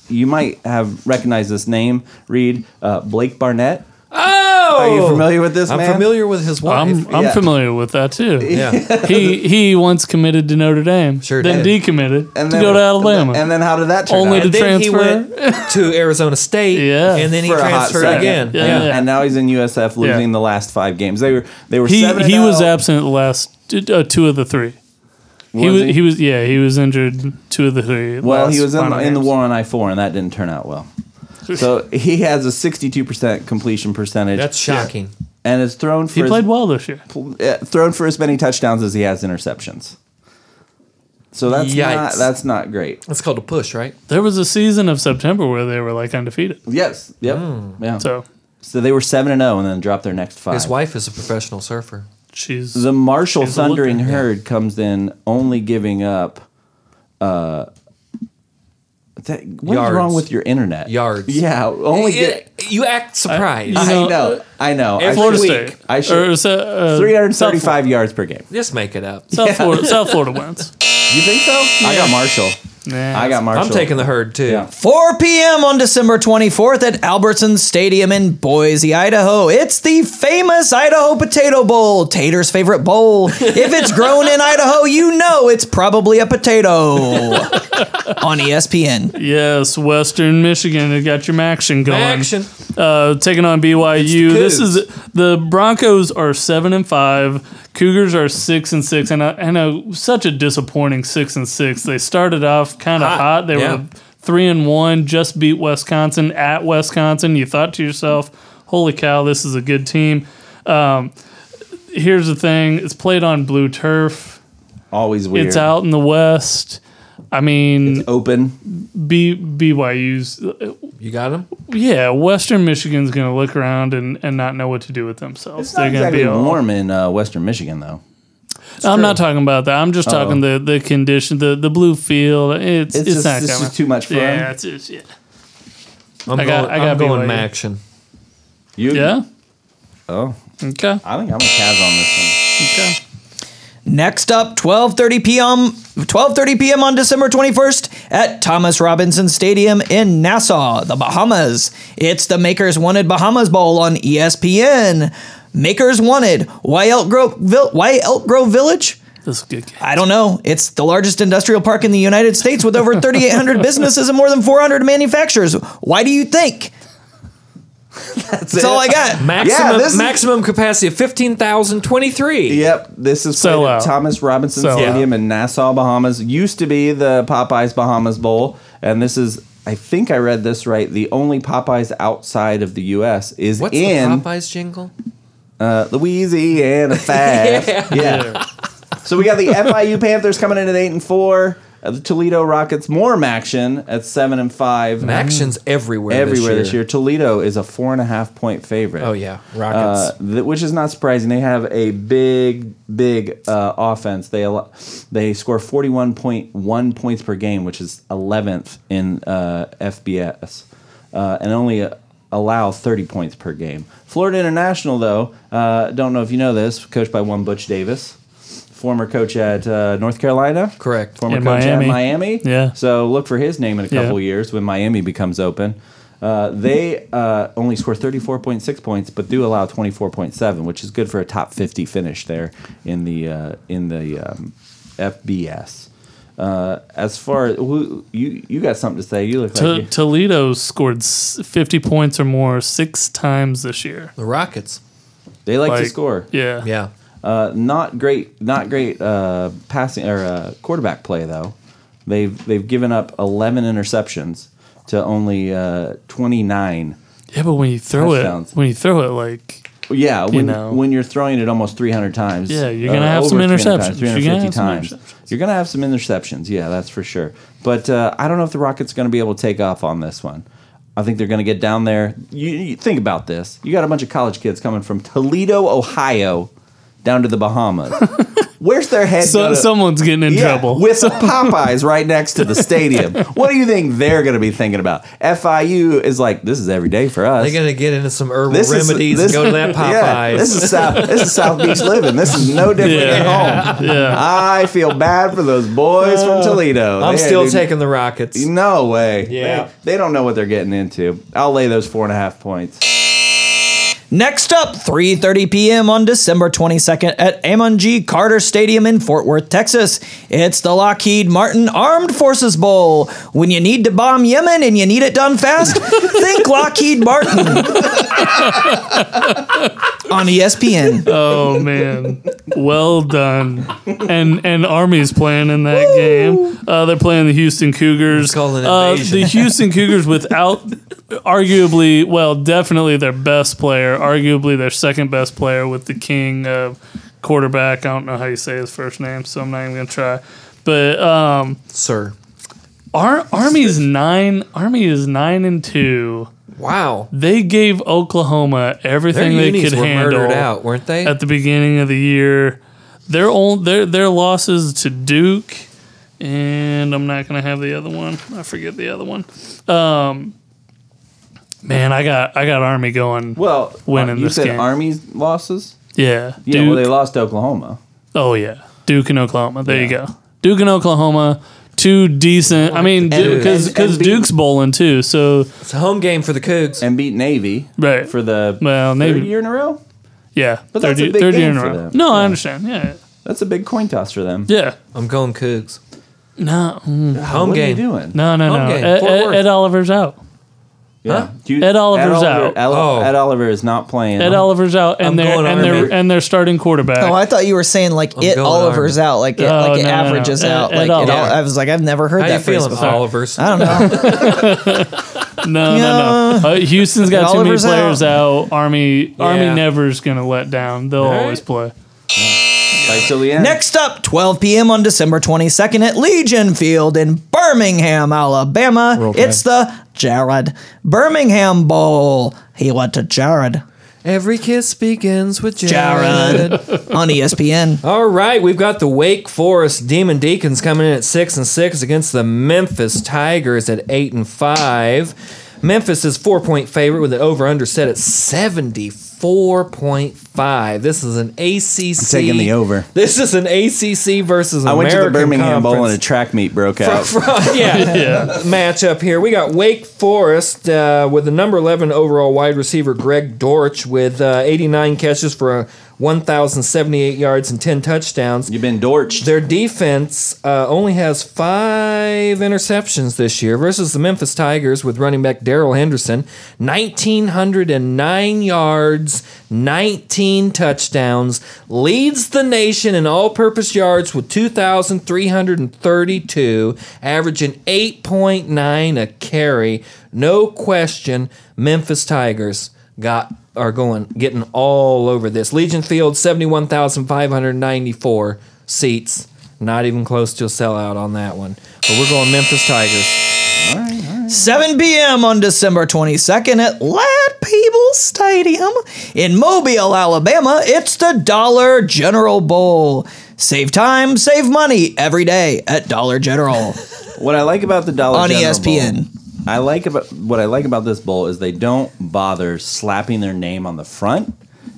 Speaker 1: you might have recognized this name, Reed uh, Blake Barnett.
Speaker 5: Oh!
Speaker 1: Are you familiar with this
Speaker 5: I'm
Speaker 1: man?
Speaker 5: familiar with his wife.
Speaker 4: I'm I'm
Speaker 1: yeah.
Speaker 4: familiar with that too.
Speaker 5: Oh, yeah.
Speaker 4: he he once committed to Notre Dame,
Speaker 5: Sure
Speaker 4: then
Speaker 5: did.
Speaker 4: decommitted to go to Alabama.
Speaker 1: And then how did that turn
Speaker 4: Only
Speaker 1: out?
Speaker 4: to
Speaker 5: and then he
Speaker 4: transfer.
Speaker 5: went to Arizona State.
Speaker 4: Yeah.
Speaker 5: And then he
Speaker 1: For a hot
Speaker 5: transferred
Speaker 1: second.
Speaker 5: again.
Speaker 4: Yeah.
Speaker 5: yeah.
Speaker 1: and now he's in USF losing
Speaker 4: Yeah.
Speaker 1: the last five games. They were they were
Speaker 4: he
Speaker 1: seven. oh.
Speaker 4: he was
Speaker 1: absent.
Speaker 4: absent the last t- uh, two of the three. he was
Speaker 1: he?
Speaker 4: he? was yeah he was injured two of the three.
Speaker 1: Well,
Speaker 4: last
Speaker 1: he was in,
Speaker 4: final
Speaker 1: in the
Speaker 4: games.
Speaker 1: war on I four, and that didn't turn out well. So he has a sixty-two percent completion percentage,
Speaker 5: That's shocking.
Speaker 1: and is thrown for
Speaker 4: He
Speaker 1: as-
Speaker 4: played well this year.
Speaker 1: uh, thrown for as many touchdowns as he has interceptions. So that's not
Speaker 5: Yikes.
Speaker 1: that's not great.
Speaker 5: That's called a push, right?
Speaker 4: There was a season of September where they were like undefeated.
Speaker 1: Yes. Yep. Yeah. So,
Speaker 4: So
Speaker 1: they were seven and zero, and then dropped their next five.
Speaker 5: His wife Hmm. is a professional surfer.
Speaker 4: she's
Speaker 1: The Marshall
Speaker 4: She's a
Speaker 1: Thundering
Speaker 4: looker, yeah.
Speaker 1: Herd comes in only giving up. Uh, that, what's
Speaker 5: Yards.
Speaker 1: wrong with your internet?
Speaker 5: Yards.
Speaker 1: Oh, Yeah, only get.
Speaker 5: It- you act surprised.
Speaker 1: I
Speaker 4: You know,
Speaker 1: know. I know. I
Speaker 5: Florida
Speaker 1: should-
Speaker 5: State.
Speaker 1: I should.
Speaker 4: Or, so- uh, South,
Speaker 1: 335 yards per game.
Speaker 5: Just make it up.
Speaker 4: Florida, South Florida, South Florida wins.
Speaker 1: You think so? I got Marshall.
Speaker 4: Nah,
Speaker 1: I got Marshall.
Speaker 5: I'm taking the herd too.
Speaker 1: Yeah.
Speaker 3: 4 p.m. on December 24th at Albertson Stadium in Boise, Idaho. It's the famous Idaho Potato Bowl, Tater's favorite bowl. If it's grown in Idaho, you know it's probably a potato on E ESPN.
Speaker 4: Yes, Western Michigan has got your action going.
Speaker 5: Action.
Speaker 4: Uh, taking on BYU. This
Speaker 5: Cougs.
Speaker 4: is the Broncos are seven and five. Cougars are six and six, and a, and a, such a disappointing six and six. They started off kind of hot. They
Speaker 5: yeah.
Speaker 4: were three and one, just beat Wisconsin at Wisconsin. You thought to yourself, "Holy cow, this is a good team." Um, here's the thing: it's played on blue turf.
Speaker 1: Always weird.
Speaker 4: It's out in the West. I mean,
Speaker 1: Open.
Speaker 4: B, BYU's
Speaker 5: You got him?
Speaker 4: yeah, Western Michigan's going to look around and, and not know what to do with themselves.
Speaker 1: It's not
Speaker 4: They're going to
Speaker 1: exactly
Speaker 4: be all,
Speaker 1: warm in uh, Western Michigan, though.
Speaker 4: I'm not talking about that. I'm just talking the the condition, the the blue field. It's
Speaker 1: It's
Speaker 4: it's,
Speaker 1: just-
Speaker 4: not
Speaker 1: it's
Speaker 4: coming.
Speaker 1: just too much for
Speaker 4: Yeah,
Speaker 1: them.
Speaker 4: it's just yeah.
Speaker 5: I'm
Speaker 4: I
Speaker 5: going,
Speaker 4: got- I got
Speaker 5: I'm going
Speaker 4: BYU.
Speaker 5: Maction.
Speaker 1: You?
Speaker 4: Yeah.
Speaker 1: Oh,
Speaker 4: Okay.
Speaker 1: I think I'm a Cavs on this one.
Speaker 4: Okay.
Speaker 3: Next up, 12:30 p.m. 12:30 p.m. on December 21st at Thomas Robinson Stadium in Nassau, the Bahamas. It's the Makers Wanted Bahamas Bowl on E ESPN. Makers Wanted, why Elk Grove, Vil- why Elk Grove Village?
Speaker 4: This is a good game.
Speaker 3: I don't know. It's the largest industrial park in the United States with over 3,800 businesses and more than 400 manufacturers. Why do you think? That's, all I got.
Speaker 5: Maximum
Speaker 1: this is-
Speaker 5: maximum capacity of 15,023.
Speaker 1: Yep, this is
Speaker 4: Sell
Speaker 1: played at
Speaker 4: out.
Speaker 1: Thomas Robinson
Speaker 4: Sell
Speaker 1: Stadium in Nassau, Bahamas. Used to be the Popeyes Bahamas Bowl, and this is, I think I read this right, the only Popeyes outside of the U.S. is
Speaker 5: What's
Speaker 1: in
Speaker 5: the Popeyes jingle?
Speaker 1: uh, Louisiana fast. yeah. So we got the FIU Panthers coming in at eight and four. Uh, the Toledo Rockets Morm action at seven and five.
Speaker 5: Actions everywhere.
Speaker 1: everywhere this year. Toledo is a four and a half point favorite.
Speaker 5: Oh yeah, Rockets.
Speaker 1: Uh, th- which is not surprising. They have a big, big uh, offense. They al- they score forty one point one points per game, which is eleventh in uh, FBS, uh, and only uh, allow thirty points per game. Florida International, though, uh, don't know if you know this, coached by one Butch Davis. Former coach at uh, North Carolina,
Speaker 5: Correct.
Speaker 1: Former
Speaker 4: And
Speaker 1: coach
Speaker 4: Miami.
Speaker 1: at Miami,
Speaker 4: Yeah.
Speaker 1: So look for his name in a
Speaker 4: Yeah.
Speaker 1: couple years when Miami becomes open. Uh, they uh, only score 34.6 points, but do allow 24.7, which is good for a top 50 finish there in the uh, in the um, FBS. Uh, as far as who, you you got something to say? You look
Speaker 4: To-
Speaker 1: like you-
Speaker 4: Toledo scored s- 50 points or more six times this year.
Speaker 5: the Rockets.
Speaker 1: they like, to
Speaker 4: Like,
Speaker 1: score.
Speaker 4: Yeah.
Speaker 5: Yeah.
Speaker 1: Uh, not great, not great uh, passing or uh, quarterback play though. They've they've given up 11 interceptions to only uh, 29
Speaker 4: Yeah, but when you throw
Speaker 1: Touchdowns.
Speaker 4: it, when you throw it, like,
Speaker 1: Yeah, when,
Speaker 4: know.
Speaker 1: when you're throwing it almost 300 times. uh,
Speaker 4: Yeah, you're gonna have
Speaker 1: over
Speaker 4: some
Speaker 1: 300
Speaker 4: interceptions.
Speaker 1: Times,
Speaker 4: You're
Speaker 1: 350
Speaker 4: gonna have some
Speaker 1: times. You're going to have some interceptions. Yeah, that's for sure. But uh, I don't know if the Rockets are going to be able to take off on this one. I think they're going to get down there. You, you think about this. You got a bunch of college kids coming from Toledo, Ohio, down to the Bahamas. Where's their head?
Speaker 4: so,
Speaker 1: gonna-
Speaker 4: someone's getting in
Speaker 1: yeah,
Speaker 4: trouble.
Speaker 1: With a Popeyes right next to the stadium. what do you think they're going to be thinking about? FIU is like, this is every day for us.
Speaker 5: They're gonna get into some herbal
Speaker 1: This is-
Speaker 5: remedies
Speaker 1: this-
Speaker 5: and go to that Popeyes.
Speaker 1: Yeah, this is South. This is South Beach living. This is no different at home.
Speaker 4: yeah. Uh, yeah.
Speaker 1: I feel bad for those boys from Toledo.
Speaker 5: I'm
Speaker 1: They
Speaker 5: still
Speaker 1: do-
Speaker 5: taking the Rockets.
Speaker 1: No way.
Speaker 5: Yeah.
Speaker 1: They, they don't know what they're getting into. I'll lay those four and a half points.
Speaker 3: Next up, 3:30 p.m. on December 22nd at Amon G. Carter Stadium in Fort Worth, Texas. It's the Lockheed Martin Armed Forces Bowl. When you need to bomb Yemen and you need it done fast, think Lockheed Martin on E ESPN.
Speaker 4: Oh man, well done. And and Army's playing in that game. Uh, they're playing the Houston Cougars.
Speaker 5: called an
Speaker 4: Uh,
Speaker 5: invasion.
Speaker 4: the Houston Cougars without arguably, well, definitely their best player, arguably their second best player with the king of quarterback. I don't know how you say his first name, so I'm not even gonna try. But um,
Speaker 5: Sir.
Speaker 4: Ar- Army's nine. Army is nine and two.
Speaker 5: Wow.
Speaker 4: They gave Oklahoma
Speaker 5: Their
Speaker 4: everything they
Speaker 5: unis
Speaker 4: could
Speaker 5: were
Speaker 4: handle
Speaker 5: murdered out, weren't they?
Speaker 4: at the beginning of the year. Their own their their losses to Duke, and I'm not gonna have the other one. I forget the other one. Um, man, I got I got Army going.
Speaker 1: Well, uh,
Speaker 4: Winning
Speaker 1: you
Speaker 4: this
Speaker 1: said
Speaker 4: game.
Speaker 1: Army's losses.
Speaker 4: Yeah, Duke.
Speaker 1: Yeah. Well, they lost to Oklahoma.
Speaker 4: oh yeah, Duke and Oklahoma. There you go. Duke and Oklahoma, two decent. I mean,
Speaker 1: Duke.
Speaker 4: because
Speaker 1: And- and beat-
Speaker 4: Duke's bowling too. So
Speaker 5: it's a home game for the Cougs.
Speaker 1: and beat Navy
Speaker 4: right
Speaker 1: for the
Speaker 4: Well,
Speaker 1: third
Speaker 4: Navy-
Speaker 1: year in a row.
Speaker 4: yeah,
Speaker 1: But that's
Speaker 4: third
Speaker 1: a big
Speaker 4: third year
Speaker 1: game
Speaker 4: in a
Speaker 1: for
Speaker 4: row.
Speaker 1: them.
Speaker 4: No, I understand. Yeah,
Speaker 1: That's a big coin toss for them.
Speaker 4: yeah.
Speaker 5: I'm going Cougs.
Speaker 4: No, mm,
Speaker 5: Home
Speaker 1: what
Speaker 5: game.
Speaker 1: are you doing?
Speaker 4: no, no, no.
Speaker 5: Okay,
Speaker 4: Ed,
Speaker 5: Fort
Speaker 4: Ed,
Speaker 5: Worth.
Speaker 4: Ed Oliver's out.
Speaker 1: Yeah. Do you-
Speaker 4: Ed Oliver's out.
Speaker 1: Ed,
Speaker 5: Oh.
Speaker 1: Ed Oliver is not playing.
Speaker 4: Ed Oliver's out, and
Speaker 5: I'm
Speaker 4: they're
Speaker 5: going
Speaker 4: and
Speaker 5: Army.
Speaker 4: they're and they're starting quarterback.
Speaker 3: Oh, I thought you were saying like it
Speaker 5: going
Speaker 3: Oliver's out, like it,
Speaker 4: Oh,
Speaker 3: like it
Speaker 4: no, no, no.
Speaker 3: averages
Speaker 4: At-
Speaker 3: out,
Speaker 4: at
Speaker 3: like it
Speaker 4: all.
Speaker 3: all, I was like I've never heard
Speaker 5: How you
Speaker 3: that phrase
Speaker 5: feeling,
Speaker 3: before.
Speaker 5: Oliver's?
Speaker 3: I don't know.
Speaker 4: no, no, no. Uh, Houston's got too many
Speaker 3: Oliver's
Speaker 4: players out. Army Army
Speaker 5: Yeah.
Speaker 4: never's gonna let down. They'll always play.
Speaker 1: Fight till the end.
Speaker 3: Next up, 12 p.m. on December 22nd at Legion Field in Birmingham, Alabama. It's the Jared Birmingham Bowl. He went to Jared.
Speaker 5: Every kiss begins with
Speaker 3: Jared on E ESPN.
Speaker 5: All right, we've got the Wake Forest Demon Deacons coming in at six and six against the Memphis Tigers at eight and five. Memphis is four point favorite with an over under set at seventy four point five. This is an ACC. I'm
Speaker 1: taking the over.
Speaker 5: This is an ACC versus an
Speaker 1: I went
Speaker 5: American
Speaker 1: to the Birmingham Bowl and a
Speaker 5: Conference.
Speaker 1: track meet broke out.
Speaker 5: yeah, matchup here. We got Wake Forest uh, with the number 11 overall wide receiver Greg Dortch with uh, 89 catches for uh, 1,078 yards and 10 touchdowns.
Speaker 1: You've been dorched.
Speaker 5: Their defense uh, only has five interceptions this year versus the Memphis Tigers with running back Daryl Henderson, 1,909 yards, 19 touchdowns, leads the nation in all purpose yards with 2,332, averaging 8.9 a carry. No question, Memphis Tigers got are going getting all over this. Legion Field, 71,594 seats. Not even close to a sellout on that one. But we're going Memphis Tigers.
Speaker 3: 7 p.m. on December 22nd at Lad Peebles Stadium in Mobile, Alabama. It's the Dollar General Bowl. Save time, save money every day at Dollar General.
Speaker 1: What I like about the Dollar
Speaker 3: On
Speaker 5: E
Speaker 1: General
Speaker 3: ESPN.
Speaker 1: Bowl, I like about what I like about this bowl is they don't bother slapping their name on the front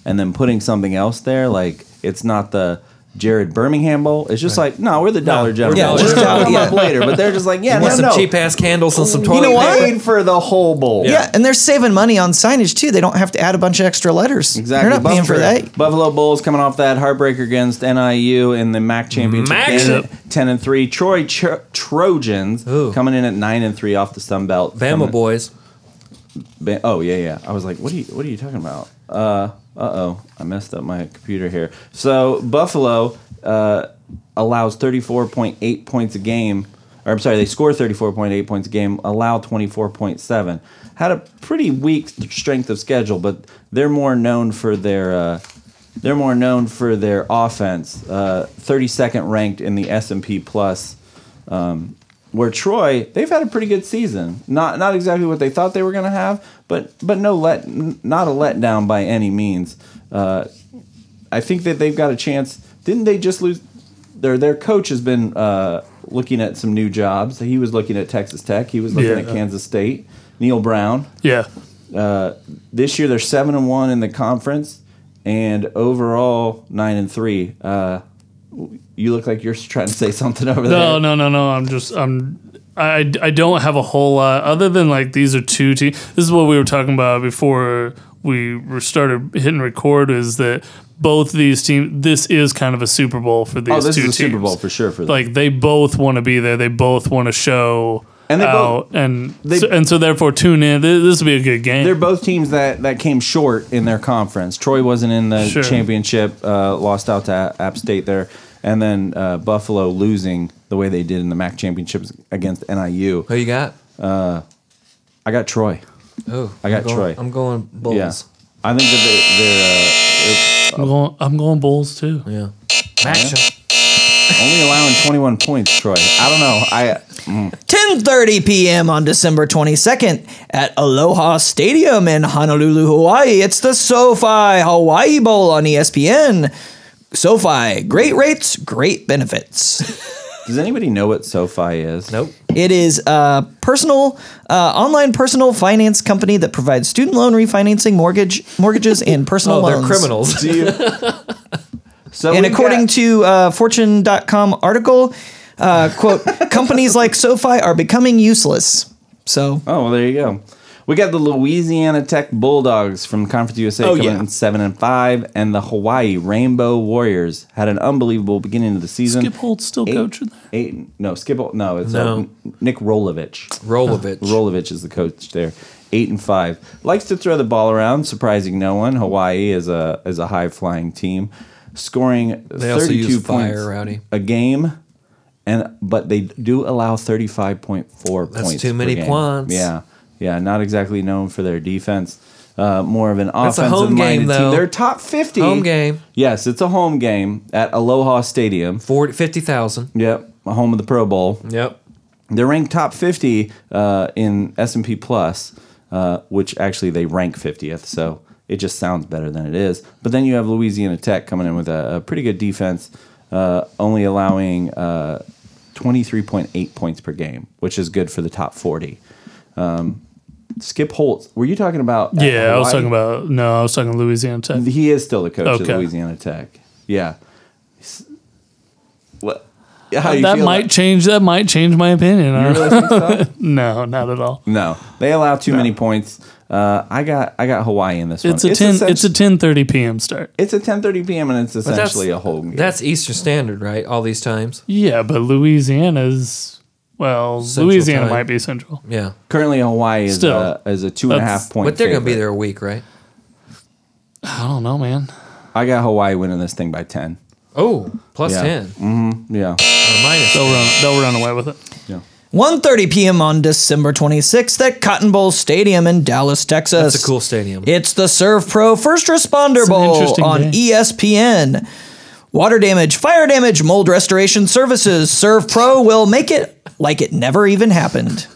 Speaker 1: and then putting something else there. Like it's not the Jared Birmingham Bowl. It's just like no, we're the Dollar General.
Speaker 3: Yeah,
Speaker 1: Bowl.
Speaker 3: just
Speaker 1: We're gonna
Speaker 3: Dollar-
Speaker 1: come
Speaker 3: yeah.
Speaker 1: up later, but they're just like yeah,
Speaker 5: Want
Speaker 1: no,
Speaker 5: some
Speaker 1: no.
Speaker 5: cheap ass candles and some toilet
Speaker 1: you know what?
Speaker 5: paper?
Speaker 1: Paid for the whole bowl.
Speaker 3: yeah. and they're saving money on signage too. They don't have to add a bunch of extra letters.
Speaker 1: Exactly.
Speaker 3: They're not paying for
Speaker 1: Buffalo-
Speaker 3: that.
Speaker 1: Buffalo Bulls coming off that heartbreaker against NIU in the MAC championship,
Speaker 5: Mac.
Speaker 1: game
Speaker 5: Yep.
Speaker 1: at ten and three. Troy Tro- Trojans
Speaker 5: Ooh.
Speaker 1: coming in at nine and three off the Sun Belt.
Speaker 5: Bama
Speaker 1: Coming-
Speaker 5: boys.
Speaker 1: Ba- oh yeah, yeah. I was like, what are you, what are you talking about? Uh, uh oh, I messed up my computer here. So Buffalo uh, allows thirty four point eight points a game. Or I'm sorry, they score thirty four point eight points a game, allow twenty four point seven. Had a pretty weak th- strength of schedule, but they're more known for their. Uh, they're more known for their offense, uh, 32nd ranked in the S&P Plus where Troy, they've had a pretty good season. Not not exactly what they thought they were going to have, but but no let n- not a letdown by any means. Uh, I think that they've got a chance. Didn't they just lose? Their their coach has been uh, looking at some new jobs. He was looking at Texas Tech. He was looking
Speaker 4: Yeah.
Speaker 1: at Kansas State. Neil Brown.
Speaker 4: Yeah.
Speaker 1: This year they're seven and one in the conference, and overall nine and three. Uh, you look like you're trying to say something over there.
Speaker 4: No, no, no, no. I'm just I'm I, I don't have a whole lot other than like these are two teams. This is what we were talking about before we were started hitting record is that both these teams this is kind of a Super Bowl for these
Speaker 1: Oh, this
Speaker 4: two
Speaker 1: is a
Speaker 4: teams.
Speaker 1: Super Bowl for sure for them.
Speaker 4: Like they both want to be there. They both want to show
Speaker 1: And they
Speaker 4: out and
Speaker 1: they-
Speaker 4: so, and so therefore tune in. This, this will be a good game.
Speaker 1: They're both teams that, that came short in their conference. Troy wasn't in the
Speaker 4: Sure.
Speaker 1: championship, uh, lost out to App State there, and then uh, Buffalo losing the way they did in the MAC championships against NIU.
Speaker 5: Who you got?
Speaker 1: I got Troy.
Speaker 5: Oh,
Speaker 1: I got
Speaker 5: I'm going,
Speaker 1: Troy.
Speaker 5: I'm going Bulls.
Speaker 1: Yeah, I think that
Speaker 4: I'm going I'm going Bulls too.
Speaker 5: Yeah. Action.
Speaker 1: they're, they're uh, only allowing 21 points. Troy. I don't know. I
Speaker 3: 10:30 p.m. on December 22nd at Aloha Stadium in Honolulu, Hawaii. It's the SoFi Hawaii Bowl on E ESPN. SoFi, great rates, great benefits.
Speaker 1: does anybody know what SoFi is?
Speaker 5: Nope.
Speaker 3: It is a personal, uh, online personal finance company that provides student loan refinancing, mortgage, mortgages, and personal
Speaker 5: Oh,
Speaker 3: loans.
Speaker 5: they're criminals.
Speaker 1: Do you? So
Speaker 3: And
Speaker 1: we've
Speaker 3: according
Speaker 1: got-
Speaker 3: to uh, Fortune.com article, uh, quote, companies like SoFi are becoming useless. So
Speaker 1: Oh, well, there you go. We got the Louisiana Tech Bulldogs from Conference USA
Speaker 4: Oh,
Speaker 1: coming
Speaker 3: yeah.
Speaker 1: in seven and five, and the Hawaii Rainbow Warriors had an unbelievable beginning of the season.
Speaker 4: Skip Holt's still
Speaker 1: Eight-
Speaker 4: coaching there.
Speaker 1: Eight, no, Skip. Hol- No, it's
Speaker 5: No.
Speaker 1: uh, Nick Rolovich.
Speaker 5: Rolovich.
Speaker 1: Rolovich is the coach there. Eight and five likes to throw the ball around, surprising no one. Hawaii is a is a high flying team, scoring
Speaker 5: They also
Speaker 1: thirty two
Speaker 5: use fire,
Speaker 1: points
Speaker 5: Rowdy.
Speaker 1: a game, and but they do allow thirty five point four
Speaker 5: That's
Speaker 1: points.
Speaker 5: too
Speaker 1: per
Speaker 5: many
Speaker 1: game.
Speaker 5: points.
Speaker 1: Yeah, yeah, not exactly known for their defense. Uh, more of an
Speaker 5: That's a
Speaker 1: offensive
Speaker 5: home game,
Speaker 1: minded team.
Speaker 5: though.
Speaker 1: They're top fifty.
Speaker 5: Home game.
Speaker 1: Yes, it's a home game at Aloha Stadium.
Speaker 5: 40 50,000.
Speaker 1: Yep, home of the Pro Bowl.
Speaker 5: Yep.
Speaker 1: They're ranked top 50 uh, in S&P Plus, uh, which actually they rank 50th, so it just sounds better than it is. But then you have Louisiana Tech coming in with a, a pretty good defense, uh, only allowing uh, 23.8 points per game, which is good for the top 40. Um, Skip Holtz, were you talking about? at
Speaker 4: Yeah, I
Speaker 1: Hawaii?
Speaker 4: was talking about no, I was talking Louisiana Tech.
Speaker 1: He is still the coach
Speaker 4: Okay.
Speaker 1: of Louisiana Tech. Yeah. S- What? How do you
Speaker 4: Uh, that
Speaker 1: feel
Speaker 4: might
Speaker 1: about-
Speaker 4: change that might change my opinion. I don't
Speaker 1: You really think so?
Speaker 4: No, not at all.
Speaker 1: No, they allow too many points. Uh, I got I got Hawaii in this
Speaker 4: It's
Speaker 1: one.
Speaker 4: a ten.
Speaker 1: essen-
Speaker 4: It's a ten thirty p.m. start.
Speaker 1: it's a ten thirty p.m. and it's
Speaker 5: But
Speaker 1: essentially a whole game.
Speaker 5: That's Eastern Standard, right? All these times.
Speaker 4: Yeah, but Louisiana's well,
Speaker 5: Central
Speaker 4: Louisiana
Speaker 5: time.
Speaker 4: might be central.
Speaker 5: Yeah.
Speaker 1: Currently, Hawaii is
Speaker 4: Still.
Speaker 1: a, is a two and a
Speaker 4: That's-
Speaker 1: half point.
Speaker 5: but they're going to be
Speaker 1: favorite.
Speaker 5: there a week, right?
Speaker 4: I don't know, man.
Speaker 1: I got Hawaii winning this thing by ten.
Speaker 5: Oh, plus
Speaker 1: Yeah. Mm.
Speaker 5: 10.
Speaker 1: Yeah,
Speaker 5: Or minus.
Speaker 4: They'll run. They'll run away with it.
Speaker 3: 1:30 p.m. on December 26th at Cotton Bowl Stadium in Dallas, Texas.
Speaker 5: That's a cool stadium.
Speaker 3: It's the Serve Pro First Responder
Speaker 4: an
Speaker 3: Bowl E
Speaker 4: interesting
Speaker 3: on
Speaker 4: day.
Speaker 3: ESPN. Water damage, fire damage, mold restoration services. Serve Pro will make it like it never even happened.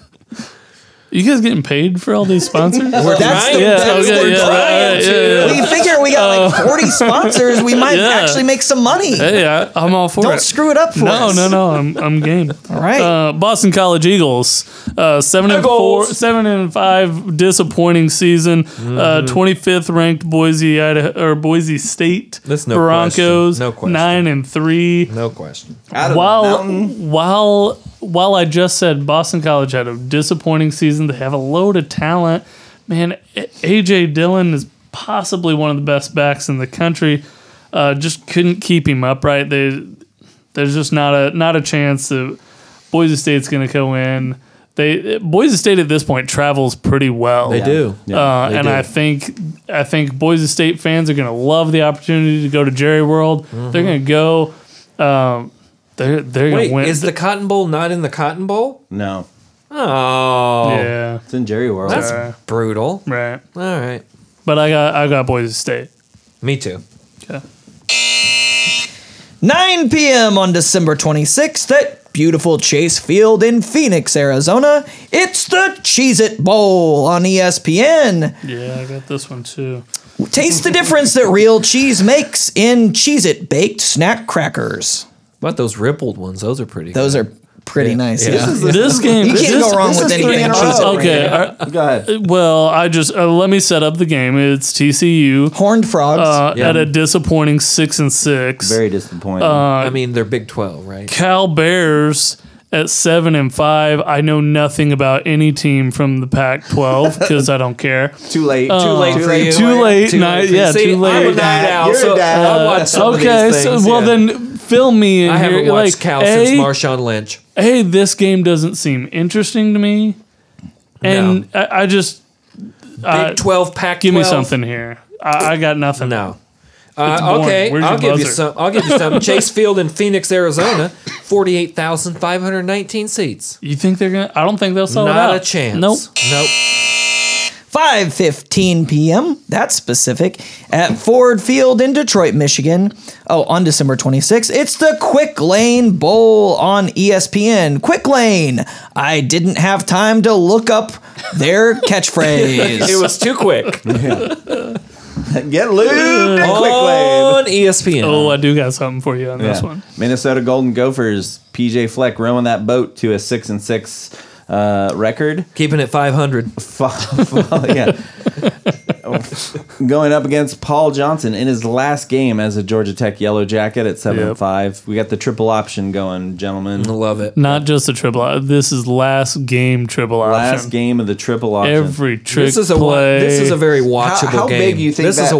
Speaker 4: You guys getting paid for all these sponsors?
Speaker 5: We're
Speaker 3: That's
Speaker 5: trying.
Speaker 3: the
Speaker 4: Yeah,
Speaker 3: that's
Speaker 4: okay,
Speaker 3: the
Speaker 4: yeah,
Speaker 3: trying
Speaker 4: right,
Speaker 3: to- We figure we got like 40 sponsors. We might
Speaker 4: Yeah.
Speaker 3: actually make some money.
Speaker 4: hey, I, I'm all for it.
Speaker 3: Don't screw it up for
Speaker 4: no,
Speaker 3: us.
Speaker 4: no, no. I'm I'm game.
Speaker 3: All right.
Speaker 4: Uh, Boston College Eagles, uh, seven and four,
Speaker 5: Eagles.
Speaker 4: seven and five, disappointing season. Uh, 25th ranked Boise, Idaho, or Boise State
Speaker 5: That's no
Speaker 4: Broncos,
Speaker 5: question. No question.
Speaker 4: nine and three.
Speaker 5: No question.
Speaker 1: Out of the
Speaker 4: While
Speaker 1: mountain.
Speaker 4: while while I just said Boston College had a disappointing season, they have a load of talent. Man, A- AJ Dillon is possibly one of the best backs in the country. Uh, just couldn't keep him upright. They there's just not a not a chance that Boise State's going to go in. They Boise State at this point travels pretty well.
Speaker 5: They do.
Speaker 4: Uh,
Speaker 5: They
Speaker 4: and
Speaker 5: do.
Speaker 4: I think I think Boise State fans are going to love the opportunity to go to Jerry World.
Speaker 5: Mm-hmm.
Speaker 4: They're going to go. Um, they're they're going
Speaker 5: Wait,
Speaker 4: to win.
Speaker 5: is the Cotton Bowl not in the Cotton Bowl?
Speaker 1: No,
Speaker 5: Oh,
Speaker 4: yeah,
Speaker 1: it's in Jerry World.
Speaker 5: that's
Speaker 4: Uh,
Speaker 5: brutal.
Speaker 4: right.
Speaker 5: All right,
Speaker 4: But I got I got Boise State.
Speaker 5: me too.
Speaker 4: Okay.
Speaker 3: 9 p.m. on December 26th at beautiful Chase Field in Phoenix, Arizona. It's the Cheez It Bowl on E ESPN.
Speaker 4: Yeah, I got this one too.
Speaker 3: Taste the difference that real cheese makes in Cheez It baked snack crackers.
Speaker 5: What about those rippled ones? Those are pretty.
Speaker 3: Those are pretty nice. Yeah.
Speaker 4: This game,
Speaker 3: You can't
Speaker 4: this-
Speaker 3: go wrong
Speaker 1: this
Speaker 3: with
Speaker 1: is three
Speaker 3: anything.
Speaker 1: in a
Speaker 3: Cheez-It
Speaker 1: row.
Speaker 3: brand.
Speaker 4: Okay, uh,
Speaker 1: Go ahead.
Speaker 4: well, I just uh, let me set up the game. It's TCU
Speaker 3: Horned frogs.
Speaker 4: uh,
Speaker 1: Yeah.
Speaker 4: at a disappointing six and six.
Speaker 1: Very disappointing.
Speaker 4: Uh,
Speaker 5: I mean, they're Big Twelve, right?
Speaker 4: Cal Bears at seven and five. I know nothing about any team from the Pac-12 because I don't care.
Speaker 1: too late. too late for you.
Speaker 4: uh, Too late. night,
Speaker 5: for you.
Speaker 4: yeah,
Speaker 5: See,
Speaker 4: too
Speaker 5: I'm a
Speaker 4: late.
Speaker 5: night owl,
Speaker 1: You're a
Speaker 5: so
Speaker 1: dad.
Speaker 5: I watch some
Speaker 4: Uh, okay,
Speaker 5: of these things,
Speaker 4: so well
Speaker 5: yeah.
Speaker 4: then fill me in
Speaker 5: I
Speaker 4: here.
Speaker 5: haven't watched
Speaker 4: like,
Speaker 5: Cal
Speaker 4: a,
Speaker 5: since Marshawn Lynch.
Speaker 4: hey, this game doesn't seem interesting to me, and I, I just uh,
Speaker 5: Big Twelve Pac.
Speaker 4: give me something here. I, I got nothing.
Speaker 5: No.
Speaker 4: It's
Speaker 5: Uh,
Speaker 4: boring.
Speaker 5: okay,
Speaker 4: Where's
Speaker 5: I'll
Speaker 4: your
Speaker 5: give you
Speaker 4: buzzer?
Speaker 5: some. I'll give you some. Chase Field in Phoenix, Arizona, forty-eight thousand five hundred nineteen seats.
Speaker 4: You think they're gonna? I don't think they'll sell it
Speaker 5: Not
Speaker 4: out.
Speaker 5: a chance.
Speaker 4: Nope.
Speaker 5: Nope.
Speaker 3: 5:15 p.m. That's specific at Ford Field in Detroit, Michigan. Oh, on December 26th, it's the Quick Lane Bowl on E ESPN. Quick Lane. I didn't have time to look up their catchphrase.
Speaker 5: It was too quick
Speaker 1: Get lubed and quick lane.
Speaker 5: on E ESPN.
Speaker 4: Oh, I do got something for you on this
Speaker 1: Yeah.
Speaker 4: one.
Speaker 1: Minnesota Golden Gophers. PJ Fleck rowing that boat to a six and six uh, record.
Speaker 5: Keeping it five hundred.
Speaker 1: Fa- fa- yeah. Going up against Paul Johnson in his last game as a Georgia Tech Yellow Jacket at seven
Speaker 4: Yep.
Speaker 1: and five. We got the triple option going, gentlemen.
Speaker 5: Love it.
Speaker 4: Not just a triple. op- This is last game triple option.
Speaker 1: Last game of the triple option.
Speaker 4: Every trick
Speaker 5: This is a wa-
Speaker 4: play.
Speaker 5: this is a very watchable
Speaker 1: how
Speaker 5: game.
Speaker 1: big you think
Speaker 5: this is
Speaker 1: that
Speaker 5: a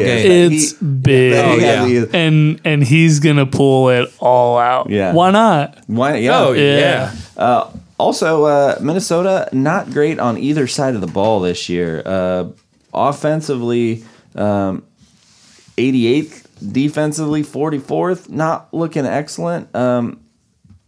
Speaker 1: playbook is?
Speaker 5: game?
Speaker 1: It-
Speaker 4: it's
Speaker 1: He-
Speaker 4: big.
Speaker 1: Oh, yeah. Yeah.
Speaker 4: And and he's gonna pull it all out.
Speaker 1: Yeah.
Speaker 4: Why not?
Speaker 1: Why, yeah.
Speaker 5: oh yeah.
Speaker 4: yeah.
Speaker 1: Also, uh, Minnesota not great on either side of the ball this year. Uh, offensively, um, 88th. Defensively, 44th. Not looking excellent. Um,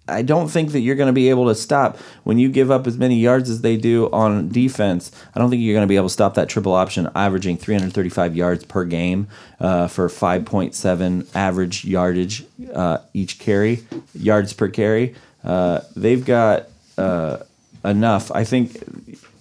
Speaker 1: I don't think that you're going to be able to stop when you give up as many yards as they do on defense. I don't think you're going to be able to stop that triple option, averaging 335 yards per game uh, for 5.7 average yardage uh, each carry, yards per carry. Uh, they've got uh, enough. I think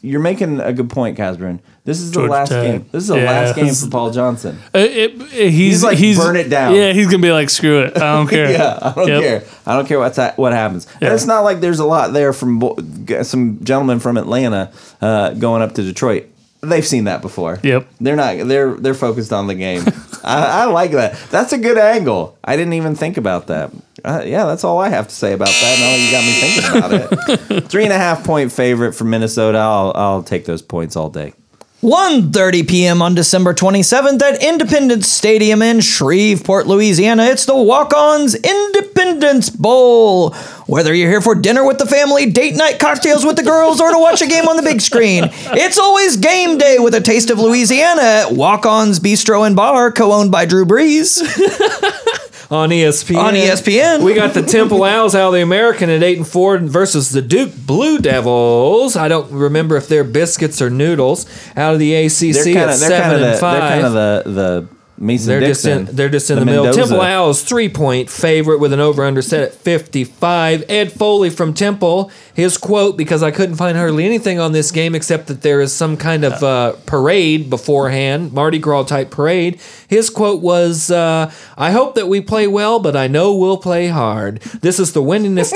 Speaker 1: you're making a good point, Casbrin. This is the
Speaker 4: Georgia
Speaker 1: last
Speaker 4: Tech.
Speaker 1: game. This is the
Speaker 4: Yeah,
Speaker 1: last game
Speaker 4: this-
Speaker 1: for Paul Johnson.
Speaker 4: Uh, it- uh, he's, he's
Speaker 1: like, burn it down.
Speaker 4: Yeah, he's gonna be like, screw it. I don't care.
Speaker 1: Yeah, I don't
Speaker 4: Yep.
Speaker 1: care. I don't care what's ha- what happens.
Speaker 4: Yeah.
Speaker 1: And it's not like there's a lot there from bo- g- some gentlemen from Atlanta uh, going up to Detroit. They've seen that before.
Speaker 4: Yep.
Speaker 1: They're not. They're they're focused on the game. I, I like that. That's a good angle. I didn't even think about that. Uh, yeah, that's all I have to say about that. Now you got me thinking about it. Three and a half point favorite for Minnesota. I'll I'll take those points all day.
Speaker 3: 1:30 p.m. on December 27th at Independence Stadium in Shreveport, Louisiana. It's the Walk-Ons Independence Bowl. Whether you're here for dinner with the family, date night cocktails with the girls, or to watch a game on the big screen, it's always game day with a taste of Louisiana at Walk-Ons Bistro and Bar, co-owned by Drew Brees.
Speaker 5: on E ESPN.
Speaker 3: On
Speaker 1: E
Speaker 3: ESPN.
Speaker 5: we got the Temple Owls out of the American at eight and four versus the Duke Blue Devils. I don't remember if they're biscuits or noodles out of the ACC
Speaker 1: They're
Speaker 5: at
Speaker 1: kind of they're
Speaker 5: 7
Speaker 1: kind of
Speaker 5: and
Speaker 1: the, they're
Speaker 5: five.
Speaker 1: kind of the the Mason
Speaker 5: They're just
Speaker 1: Dixon.
Speaker 5: in. They're just in the, middle.
Speaker 1: Mendoza.
Speaker 5: Temple Owls three point favorite with an over under set at fifty five. Ed Foley from Temple. His quote because I couldn't find hardly anything on this game except that there is some kind of uh, parade beforehand, Mardi Gras type parade. His quote was, uh, "I hope that we play well, but I know we'll play hard. This is the winningest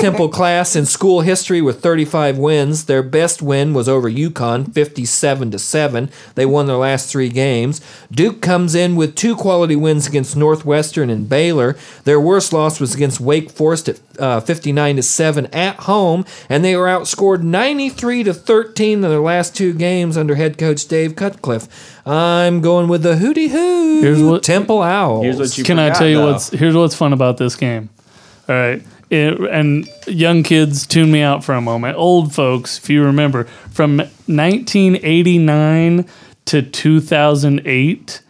Speaker 5: Temple class in school history with thirty five wins. Their best win was over UConn, fifty seven to seven. They won their last three games. Duke comes in with two quality wins against Northwestern and Baylor. Their worst loss was against Wake Forest at 59 to 7 at home, and they were outscored 93 to 13 in their last two games under head coach Dave Cutcliffe. I'm going with the Hootie Hoo
Speaker 4: Here's what-
Speaker 5: Temple Owls.
Speaker 1: Here's what you
Speaker 4: Can I
Speaker 1: forgot,
Speaker 4: tell you
Speaker 1: though.
Speaker 4: what's here's what's fun about this game? All right. It- and young kids, tune me out for a moment. Old folks, if you remember, from 1989 to 2008,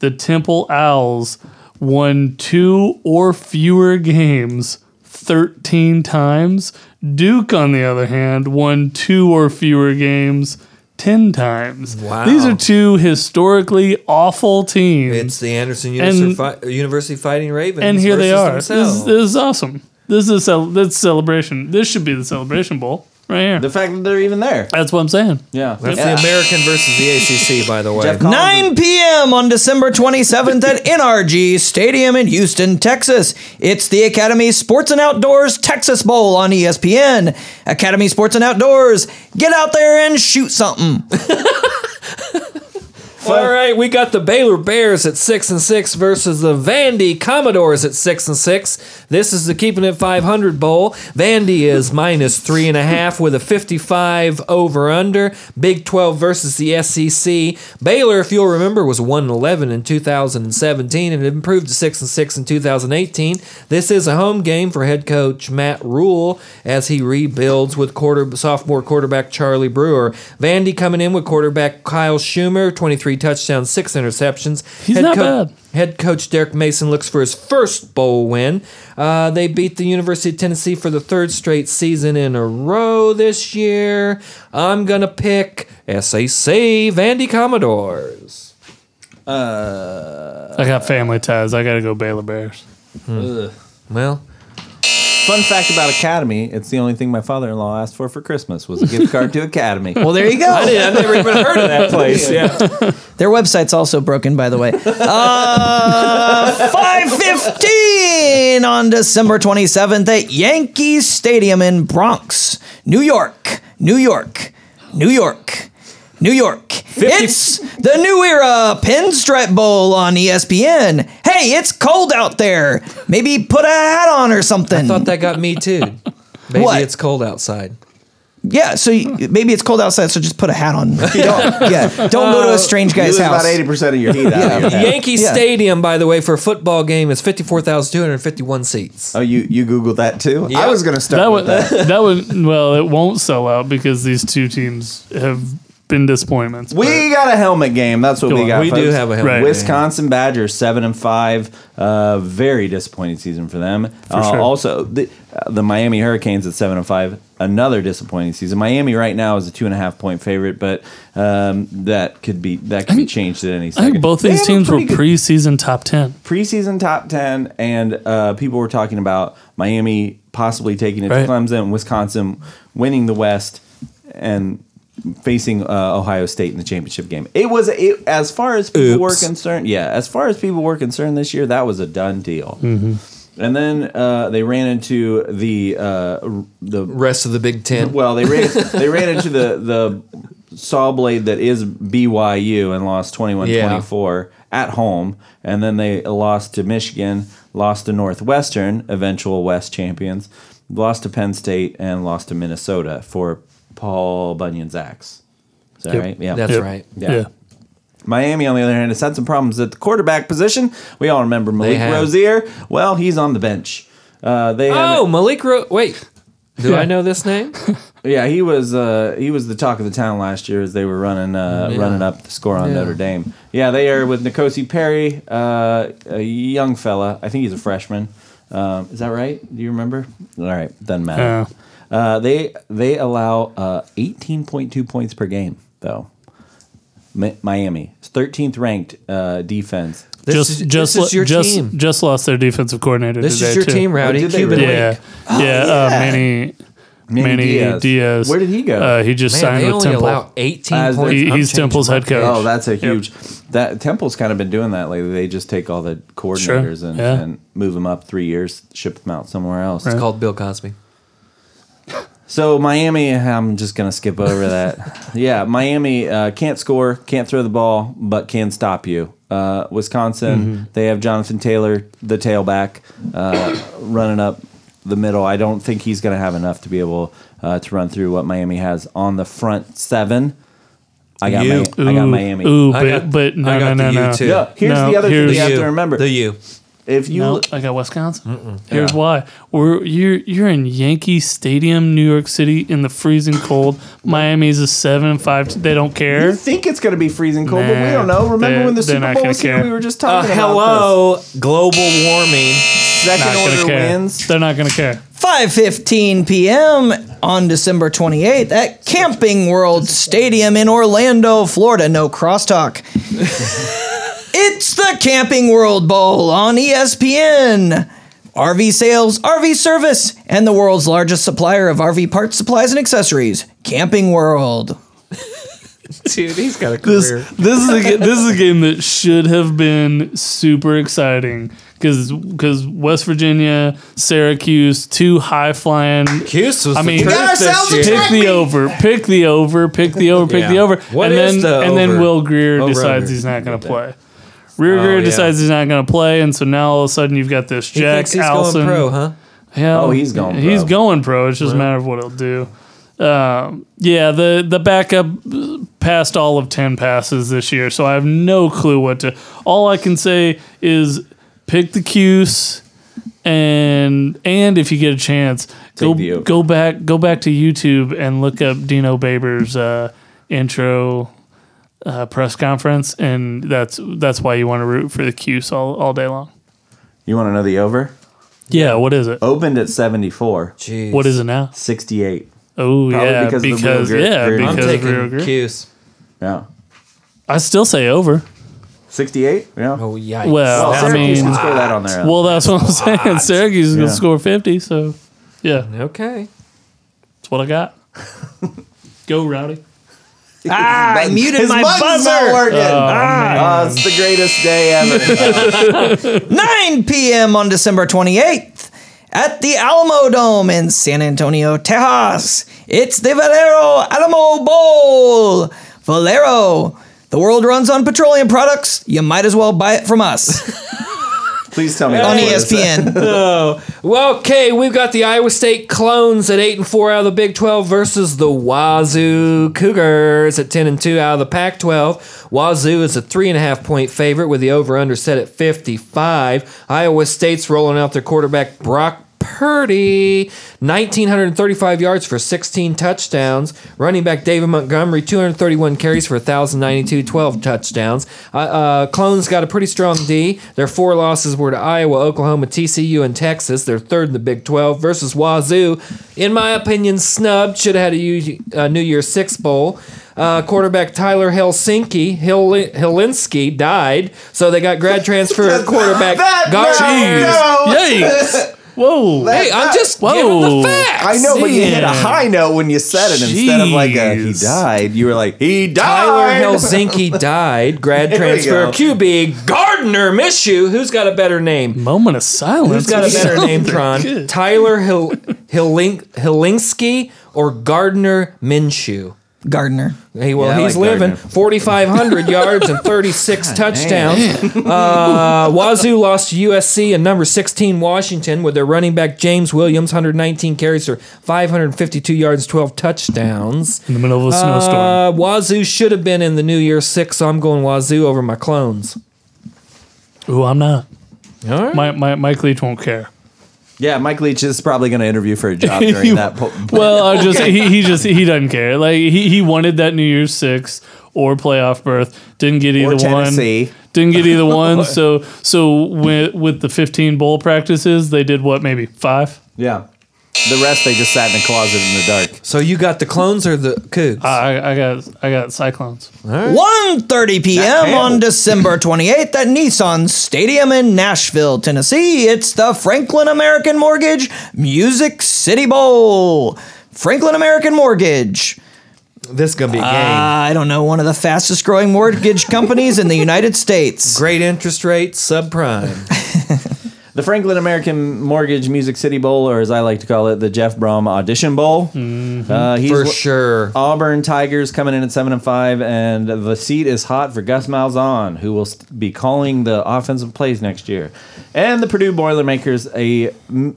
Speaker 4: the Temple Owls won two or fewer games 13 times. Duke, on the other hand, won two or fewer games 10 times.
Speaker 5: Wow.
Speaker 4: These are two historically awful teams.
Speaker 5: it's the Anderson
Speaker 4: And-
Speaker 5: University, fi- University Fighting Ravens.
Speaker 4: And here they
Speaker 5: versus
Speaker 4: are.
Speaker 5: themselves.
Speaker 4: This, is- this is awesome. This is a, this celebration. This should be the celebration bowl right here.
Speaker 1: The fact that they're even there.
Speaker 4: That's what I'm saying.
Speaker 1: Yeah.
Speaker 5: That's
Speaker 1: Yeah.
Speaker 5: the American versus the ACC, by the way.
Speaker 1: Jeff Collins is-
Speaker 3: 9 p.m. on December 27th at NRG Stadium in Houston, Texas. It's the Academy Sports and Outdoors Texas Bowl on E ESPN. Academy Sports and Outdoors, get out there and shoot something.
Speaker 5: All right, we got the Baylor Bears at six and six versus the Vandy Commodores at six and six. This is the Keeping It 500 Bowl. Vandy is minus three and a half with a 55 over under. Big 12 versus the SEC. Baylor, if you'll remember, was one and 11 in 2017 and it improved to six and six in 2018. This is a home game for head coach Matt Rule as he rebuilds with quarter sophomore quarterback Charlie Brewer. Vandy coming in with quarterback Kyle Schumer, 23 touchdowns, six interceptions.
Speaker 4: He's not bad.
Speaker 5: Head coach Derek Mason looks for his first bowl win. Uh, they beat the University of Tennessee for the third straight season in a row this year. I'm going to pick SAC Vandy Commodores.
Speaker 4: I got family ties. I got to go Baylor Bears.
Speaker 5: Well,
Speaker 1: Fun fact about Academy: It's the only thing my father-in-law asked for for Christmas was a gift card to Academy.
Speaker 3: Well, there you go.
Speaker 5: I didn't, I've never even heard of that place. Yeah.
Speaker 3: Their website's also broken, by the way. Uh, Five fifteen on December twenty seventh at Yankee Stadium in Bronx, New York, New York, New York, New York. It's the New Era Pinstripe Bowl on E ESPN. Hey, it's cold out there. Maybe put a hat on or something.
Speaker 5: thought that got me too. Maybe
Speaker 3: What?
Speaker 5: it's cold outside.
Speaker 3: yeah, so you, maybe it's cold outside, so just put a hat on. Don't, yeah, don't go to a strange
Speaker 1: You
Speaker 3: guy's
Speaker 1: lose
Speaker 3: house.
Speaker 1: about eighty percent of your heat out of your head.
Speaker 5: Yankee
Speaker 3: Yeah.
Speaker 5: Stadium, by the way, for a football game is fifty four thousand two hundred fifty one seats.
Speaker 1: Oh, you you googled that too?
Speaker 5: Yeah.
Speaker 1: I was gonna start
Speaker 4: That
Speaker 1: with
Speaker 4: would
Speaker 1: that.
Speaker 4: that would well, it won't sell out because these two teams have been disappointments.
Speaker 1: We got a helmet game. That's what
Speaker 4: Go
Speaker 1: we
Speaker 4: on.
Speaker 1: got.
Speaker 5: We do
Speaker 1: folks.
Speaker 5: have a helmet
Speaker 4: Right. game.
Speaker 1: Wisconsin Badgers seven and five. Uh, very disappointing season for them. Uh,
Speaker 4: sure.
Speaker 1: Also, the, uh, the Miami Hurricanes at seven and five. Another disappointing season. Miami right now is a two and a half point favorite, but um, that could be that could be changed at any
Speaker 4: I
Speaker 1: second.
Speaker 4: think both
Speaker 1: They
Speaker 4: these
Speaker 1: have a
Speaker 4: teams were
Speaker 1: pretty good-
Speaker 4: preseason top ten.
Speaker 1: preseason top 10 and uh, people were talking about miami possibly taking it
Speaker 4: Right.
Speaker 1: to clemson wisconsin winning the west and facing uh, ohio state in the championship game it was it, as far as people were
Speaker 5: Oops.
Speaker 1: concerned yeah as far as people were concerned this year that was a done deal and then uh, they ran into the uh, r- the
Speaker 5: Rest of the Big Ten.
Speaker 1: well, they ran they ran into the the saw blade that is BYU and lost 21-24 at home, and then they lost to Michigan, lost to Northwestern, eventual West champions, lost to Penn State, and lost to Minnesota for Paul Bunyan's axe. Is that right? Yeah,
Speaker 5: That's
Speaker 4: Yep.
Speaker 5: right.
Speaker 1: yeah. Miami, on the other hand, has had some problems at the quarterback position. We all remember Malik
Speaker 5: have.
Speaker 1: Rozier. Well, he's on the bench. Uh, they have-
Speaker 5: Oh, Malik Ro- wait. Do I know this name?
Speaker 1: Yeah, he was uh, he was the talk of the town last year as they were running uh,
Speaker 5: Yeah.
Speaker 1: running up the score on
Speaker 5: Yeah.
Speaker 1: Notre Dame. Yeah, they are with Nikosi Perry, uh, a young fella. I think he's a freshman. Um, is that right? Do you remember? All right, doesn't matter. Uh, they they allow uh, eighteen point two points per game though. Mi- Miami, thirteenth ranked uh, defense.
Speaker 5: This
Speaker 4: just
Speaker 5: is-
Speaker 4: just
Speaker 5: this is
Speaker 4: lo-
Speaker 5: your
Speaker 4: just
Speaker 5: team.
Speaker 4: just lost their defensive coordinator
Speaker 5: This
Speaker 4: today
Speaker 5: is your
Speaker 4: too.
Speaker 5: team, Rowdy.
Speaker 1: did they
Speaker 5: Cuban
Speaker 1: really?
Speaker 5: League.
Speaker 4: Yeah, yeah. Uh, Manny, Manny, Diaz.
Speaker 1: Where did he go?
Speaker 4: Uh, he just
Speaker 5: Man,
Speaker 4: signed
Speaker 5: they
Speaker 4: with
Speaker 5: only
Speaker 4: Temple.
Speaker 5: allow 18
Speaker 1: As
Speaker 5: points.
Speaker 4: He-
Speaker 5: I'm
Speaker 4: he's
Speaker 5: changing
Speaker 4: Temple's
Speaker 5: my
Speaker 4: head
Speaker 5: pick.
Speaker 4: coach.
Speaker 1: Oh, that's a huge. That Temple's kind of been doing that lately. They just take all the coordinators and,
Speaker 4: yeah.
Speaker 1: and move them up three years, ship them out somewhere else.
Speaker 5: It's called Bill Cosby.
Speaker 1: So Miami, I'm just gonna skip over that. yeah, Miami uh, can't score, can't throw the ball, but can stop you. Uh, Wisconsin,
Speaker 4: Mm-hmm.
Speaker 1: they have Jonathan Taylor, the tailback, uh, running up the middle. I don't think he's gonna have enough to be able uh, to run through what Miami has on the front seven. I got,
Speaker 5: You.
Speaker 1: Mi- I got
Speaker 4: Ooh,
Speaker 1: Miami.
Speaker 4: Ooh,
Speaker 5: I
Speaker 4: but,
Speaker 5: got-
Speaker 4: but no,
Speaker 5: I got
Speaker 4: no,
Speaker 5: the
Speaker 4: no,
Speaker 5: U
Speaker 4: no.
Speaker 5: too.
Speaker 1: Yeah, here's
Speaker 4: No,
Speaker 1: the other thing
Speaker 4: here's-
Speaker 1: you have
Speaker 5: You.
Speaker 1: to remember.
Speaker 5: The you.
Speaker 1: if you
Speaker 4: No, I got Wisconsin. Here's why: we're you're you're in Yankee Stadium, New York City, in the freezing cold. Miami's a seven and five. They don't
Speaker 1: You
Speaker 4: care.
Speaker 1: think it's going to be freezing cold, but we
Speaker 4: Nah,
Speaker 1: don't know. Remember
Speaker 4: they're-
Speaker 1: when the
Speaker 4: they're
Speaker 1: Super
Speaker 4: not
Speaker 1: Bowl
Speaker 4: gonna
Speaker 1: was here?
Speaker 4: care.
Speaker 1: We were just
Speaker 5: Uh,
Speaker 1: talking about
Speaker 5: hello, global warming.
Speaker 1: this. Second
Speaker 4: Not gonna
Speaker 1: order
Speaker 4: care.
Speaker 1: wins.
Speaker 4: They're not gonna care.
Speaker 3: 5:15 p.m. on December 28th at Camping World Stadium in Orlando, Florida. No crosstalk. it's the Camping World Bowl on E ESPN. RV sales, RV service, and the world's largest supplier of RV parts, supplies, and accessories, Camping World.
Speaker 5: Dude, he's got a
Speaker 4: This
Speaker 5: career.
Speaker 4: this is a, ga- this is a game that should have been super exciting because because West Virginia, Syracuse, two high flying.
Speaker 5: Cuse was
Speaker 4: I mean,
Speaker 5: the
Speaker 4: We got
Speaker 5: truth
Speaker 3: ourselves a
Speaker 5: this year.
Speaker 4: Pick the over, pick the over, pick the over, pick
Speaker 5: Yeah.
Speaker 4: the over,
Speaker 5: What
Speaker 4: and
Speaker 5: is
Speaker 4: then
Speaker 5: the
Speaker 4: and then
Speaker 5: over?
Speaker 4: Will Greer
Speaker 5: Over,
Speaker 4: decides
Speaker 5: under.
Speaker 4: he's not going to play. Rear
Speaker 5: Oh,
Speaker 4: Greer
Speaker 5: yeah.
Speaker 4: decides he's not going to play, and so now all of a sudden you've got this
Speaker 5: He
Speaker 4: Jack
Speaker 5: thinks he's
Speaker 4: Allison.
Speaker 5: going pro, huh?
Speaker 4: Yeah.
Speaker 1: Oh, he's going
Speaker 4: He's
Speaker 1: pro.
Speaker 4: going pro. It's just a matter of what he'll do. Um, yeah, the the backup uh, passed all of ten passes this year, so I have no clue what to. All I can say is pick the Cuse, and and if you get a chance, go
Speaker 1: the over.
Speaker 4: go back go back to YouTube and look up Dino Baber's uh, intro. Uh, press conference, and that's that's why you want to root for the Cuse all, all day long.
Speaker 1: You want to know the over?
Speaker 4: Yeah, what is it?
Speaker 1: Opened at 74,
Speaker 5: Jeez.
Speaker 4: What is it now?
Speaker 1: 68. Probably
Speaker 4: Oh yeah,
Speaker 1: because
Speaker 4: because,
Speaker 1: of the real gr-
Speaker 4: yeah,
Speaker 1: gritty.
Speaker 5: I'm
Speaker 4: because of real
Speaker 5: taking
Speaker 4: grit.
Speaker 5: Cuse.
Speaker 1: Yeah.
Speaker 4: I still say over.
Speaker 1: 68? Yeah.
Speaker 5: Oh, yikes.
Speaker 4: Well,
Speaker 1: well,
Speaker 4: I
Speaker 1: Syracuse
Speaker 4: mean,
Speaker 1: can score that on their own.
Speaker 4: well, that's what I'm saying. Syracuse is
Speaker 1: Yeah.
Speaker 4: gonna score fifty, so yeah,
Speaker 5: Okay.
Speaker 4: that's what I got. Go rowdy.
Speaker 1: ah,
Speaker 3: I muted my buzzer.
Speaker 4: Oh,
Speaker 1: working. Ah, it's the greatest day ever.
Speaker 3: 9 p.m. on December 28th at the Alamo Dome in San Antonio, Texas. It's the Valero Alamo Bowl. Valero. The world runs on petroleum products. You might as well buy it from us
Speaker 1: Please tell me.
Speaker 3: on E
Speaker 1: that's what it said.
Speaker 3: ESPN.
Speaker 5: Well, okay, we've got the Iowa State Clones at eight and four out of the Big Twelve versus the Wazoo Cougars at ten and two out of the Pac twelve. Wazoo is a three and a half point favorite with the over under set at fifty five. Iowa State's rolling out their quarterback Brock Purdy, 1,935 yards for 16 touchdowns. Running back David Montgomery, 231 carries for 1,092, 12 touchdowns. Uh, uh, Clones got a pretty strong D. Their four losses were to Iowa, Oklahoma, TCU, and Texas. They're third in the Big 12 versus Wazoo. In my opinion, snubbed. Should have had a U- uh, New Year's Six Bowl. Uh, quarterback Tyler Helsinki Hel- Helinski died, so they got grad transfer quarterback.
Speaker 1: that-
Speaker 5: Gar-
Speaker 1: no, no.
Speaker 4: Yikes! Whoa!
Speaker 5: Hey, I'm just
Speaker 4: Whoa.
Speaker 5: giving the facts.
Speaker 1: I know, but you hit a
Speaker 4: Yeah.
Speaker 1: high note when you said it instead of like a he
Speaker 4: Jeez.
Speaker 1: died. You were like he
Speaker 5: Tyler
Speaker 1: died.
Speaker 5: Helsinki died. Grad
Speaker 1: There we
Speaker 5: transfer
Speaker 1: go.
Speaker 5: QB Gardner Mishu. Who's got a better name?
Speaker 4: Moment of silence.
Speaker 5: Who's got a better name, Tron?
Speaker 4: Good.
Speaker 5: Tyler Hil- Hilink- Hilinski or Gardner Minshew?
Speaker 3: Gardner.
Speaker 5: Hey, well,
Speaker 1: Yeah, I
Speaker 5: he's
Speaker 1: like
Speaker 5: living
Speaker 1: Gardner.
Speaker 5: 4,500 yards and 36 touchdowns. Uh, Wazoo lost to USC and number 16 Washington with their running back James Williams, 119 carries for 552 yards, 12 touchdowns.
Speaker 4: In the middle of a snowstorm.
Speaker 5: Uh, Wazoo should have been in the New Year Six, so I'm going Wazoo over my clones.
Speaker 4: Ooh, I'm not.
Speaker 5: All right.
Speaker 4: My, my Mike Leach won't care.
Speaker 1: Yeah, Mike Leach is probably going to interview for a job during that. Po-
Speaker 4: Well, I just he, he just he doesn't care. Like he, he wanted that New Year's six or playoff berth. Didn't get either
Speaker 1: Tennessee.
Speaker 4: one. Didn't get either one. So so with with the fifteen bowl practices, they did what maybe five.
Speaker 1: yeah, The rest, they just sat in a closet in the dark.
Speaker 5: So you got the clones or the Cougs?
Speaker 4: I, I got I got cyclones.
Speaker 3: 1.30 p.m.
Speaker 1: Nashville.
Speaker 3: on December 28th at Nissan Stadium in Nashville, Tennessee. It's the Franklin American Mortgage Music City Bowl. Franklin American Mortgage.
Speaker 5: this is gonna be a game.
Speaker 4: uh,
Speaker 3: Uh, I don't know, one of the fastest growing mortgage companies in the United States.
Speaker 5: Great interest rate, subprime.
Speaker 1: The Franklin American Mortgage Music City Bowl, or as I like to call it, the Jeff Brom Audition Bowl. Uh, he's
Speaker 5: Mm-hmm. For
Speaker 1: lo-
Speaker 5: sure.
Speaker 1: Auburn Tigers coming in at seven and five, and the seat is hot for Gus Malzahn, who will st- be calling the offensive plays next year. And the Purdue Boilermakers, a m-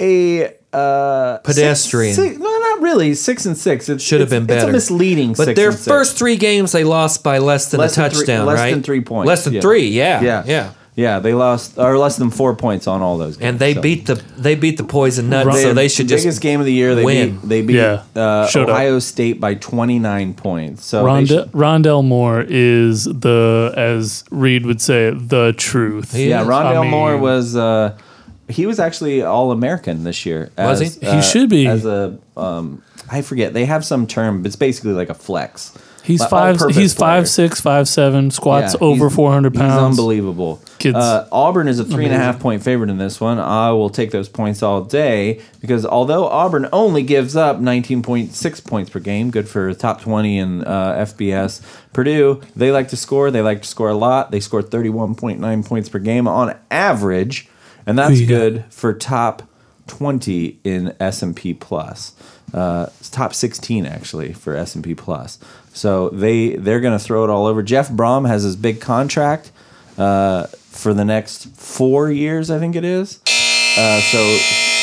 Speaker 1: a uh,
Speaker 5: Pedestrian.
Speaker 1: Six, six, no, not really. Six and six. It
Speaker 5: Should have been
Speaker 1: It's
Speaker 5: better.
Speaker 1: a misleading.
Speaker 5: But
Speaker 1: six
Speaker 5: their
Speaker 1: and six.
Speaker 5: first three games, they lost by less than
Speaker 1: Less
Speaker 5: a
Speaker 1: than three-
Speaker 5: touchdown,
Speaker 1: less
Speaker 5: right?
Speaker 1: than three points,
Speaker 5: Less than
Speaker 1: yeah.
Speaker 5: three, yeah,
Speaker 1: yeah,
Speaker 5: yeah, yeah.
Speaker 1: yeah. They lost or less than four points on all those. Games,
Speaker 5: And they
Speaker 1: so.
Speaker 5: beat the they beat the poison nut,
Speaker 1: They-
Speaker 5: so they should just
Speaker 1: biggest game of the year. They
Speaker 5: win.
Speaker 1: beat they beat
Speaker 4: Yeah.
Speaker 1: uh,
Speaker 4: Showed up.
Speaker 1: Ohio State by twenty nine points. So they
Speaker 4: Rondell,
Speaker 1: should-
Speaker 4: Rondell Moore is the, as Reed would say, the truth.
Speaker 5: He
Speaker 1: Yeah,
Speaker 5: is.
Speaker 1: Rondell
Speaker 4: I mean-
Speaker 1: Moore was uh, he was actually All American this year.
Speaker 5: Was
Speaker 1: as, uh,
Speaker 5: he?
Speaker 4: He should be.
Speaker 1: as a um, I forget. They have some term, but it's basically like a flex.
Speaker 4: He's
Speaker 1: Like
Speaker 4: five.
Speaker 1: all-purpose
Speaker 4: He's
Speaker 1: player.
Speaker 4: five six, five seven. Squats
Speaker 1: Yeah,
Speaker 4: over
Speaker 1: he's-
Speaker 4: four hundred pounds.
Speaker 1: He's unbelievable.
Speaker 4: Kids.
Speaker 1: Uh, Auburn is a three and a half point favorite in this one. I will take those points all day because although Auburn only gives up 19.6 points per game, good for top 20 in uh, FBS, Purdue, they like to score. They like to score a lot. They score 31.9 points per game on average, and that's
Speaker 4: Yeah.
Speaker 1: good for top 20 in S&P Plus. Uh, it's top 16 actually for S&P Plus. So they they're going to throw it all over. Jeff Brom has his big contract uh, for the next four years, I think it is. Uh, so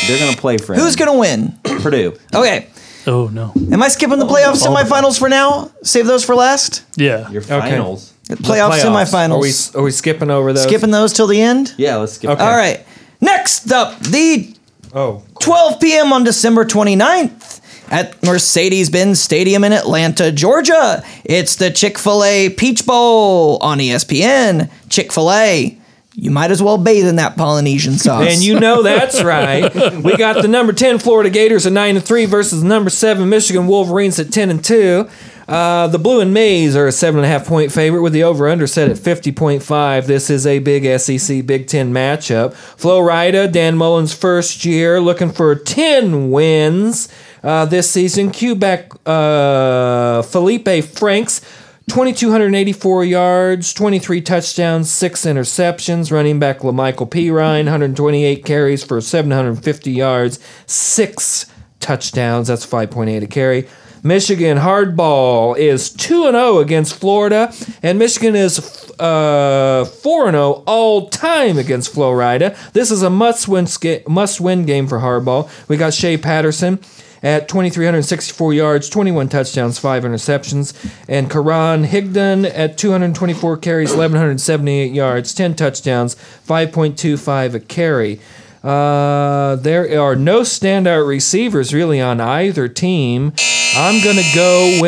Speaker 1: they're going to play for him.
Speaker 3: Who's going to win?
Speaker 1: to Purdue?
Speaker 3: Okay.
Speaker 4: Oh no.
Speaker 3: Am I skipping the playoff semifinals for now? Save those for last?
Speaker 4: Yeah.
Speaker 1: Your finals.
Speaker 3: Playoff,
Speaker 5: Are we,
Speaker 3: semifinals.
Speaker 5: are we skipping over those?
Speaker 3: Skipping those till the end?
Speaker 1: Yeah, let's skip.
Speaker 5: Okay.
Speaker 3: All right. Next up, the
Speaker 5: Oh,
Speaker 3: 12 p.m. on December 29th at Mercedes Benz Stadium in Atlanta, Georgia. It's the Chick fil A Peach Bowl on E ESPN. Chick fil A. You might as well bathe in that Polynesian sauce.
Speaker 5: And you know that's right. We got the number ten Florida Gators at nine and three versus the number seven Michigan Wolverines at ten and two. Uh, the Blue and Maize are a seven and a half point favorite with the over under set at fifty point five. This is a big SEC Big Ten matchup. Flo Rida, Dan Mullen's first year, looking for ten wins uh, this season. Quebec uh, Felipe Franks. 2,284 yards, 23 touchdowns, six interceptions. Running back LaMichael P. Ryan, 128 carries for 750 yards, six touchdowns. That's 5.8 a carry. Michigan hardball is 2 0 against Florida, and Michigan is uh, 4 0 all time against Florida. This is a must win, must win game for hardball. We got Shea Patterson at 2,364 yards, 21 touchdowns, 5 interceptions. And Karan Higdon at 224 carries, 1,178 yards, 10 touchdowns, 5.25 a carry. Uh, there are no standout receivers really on either team. I'm going to go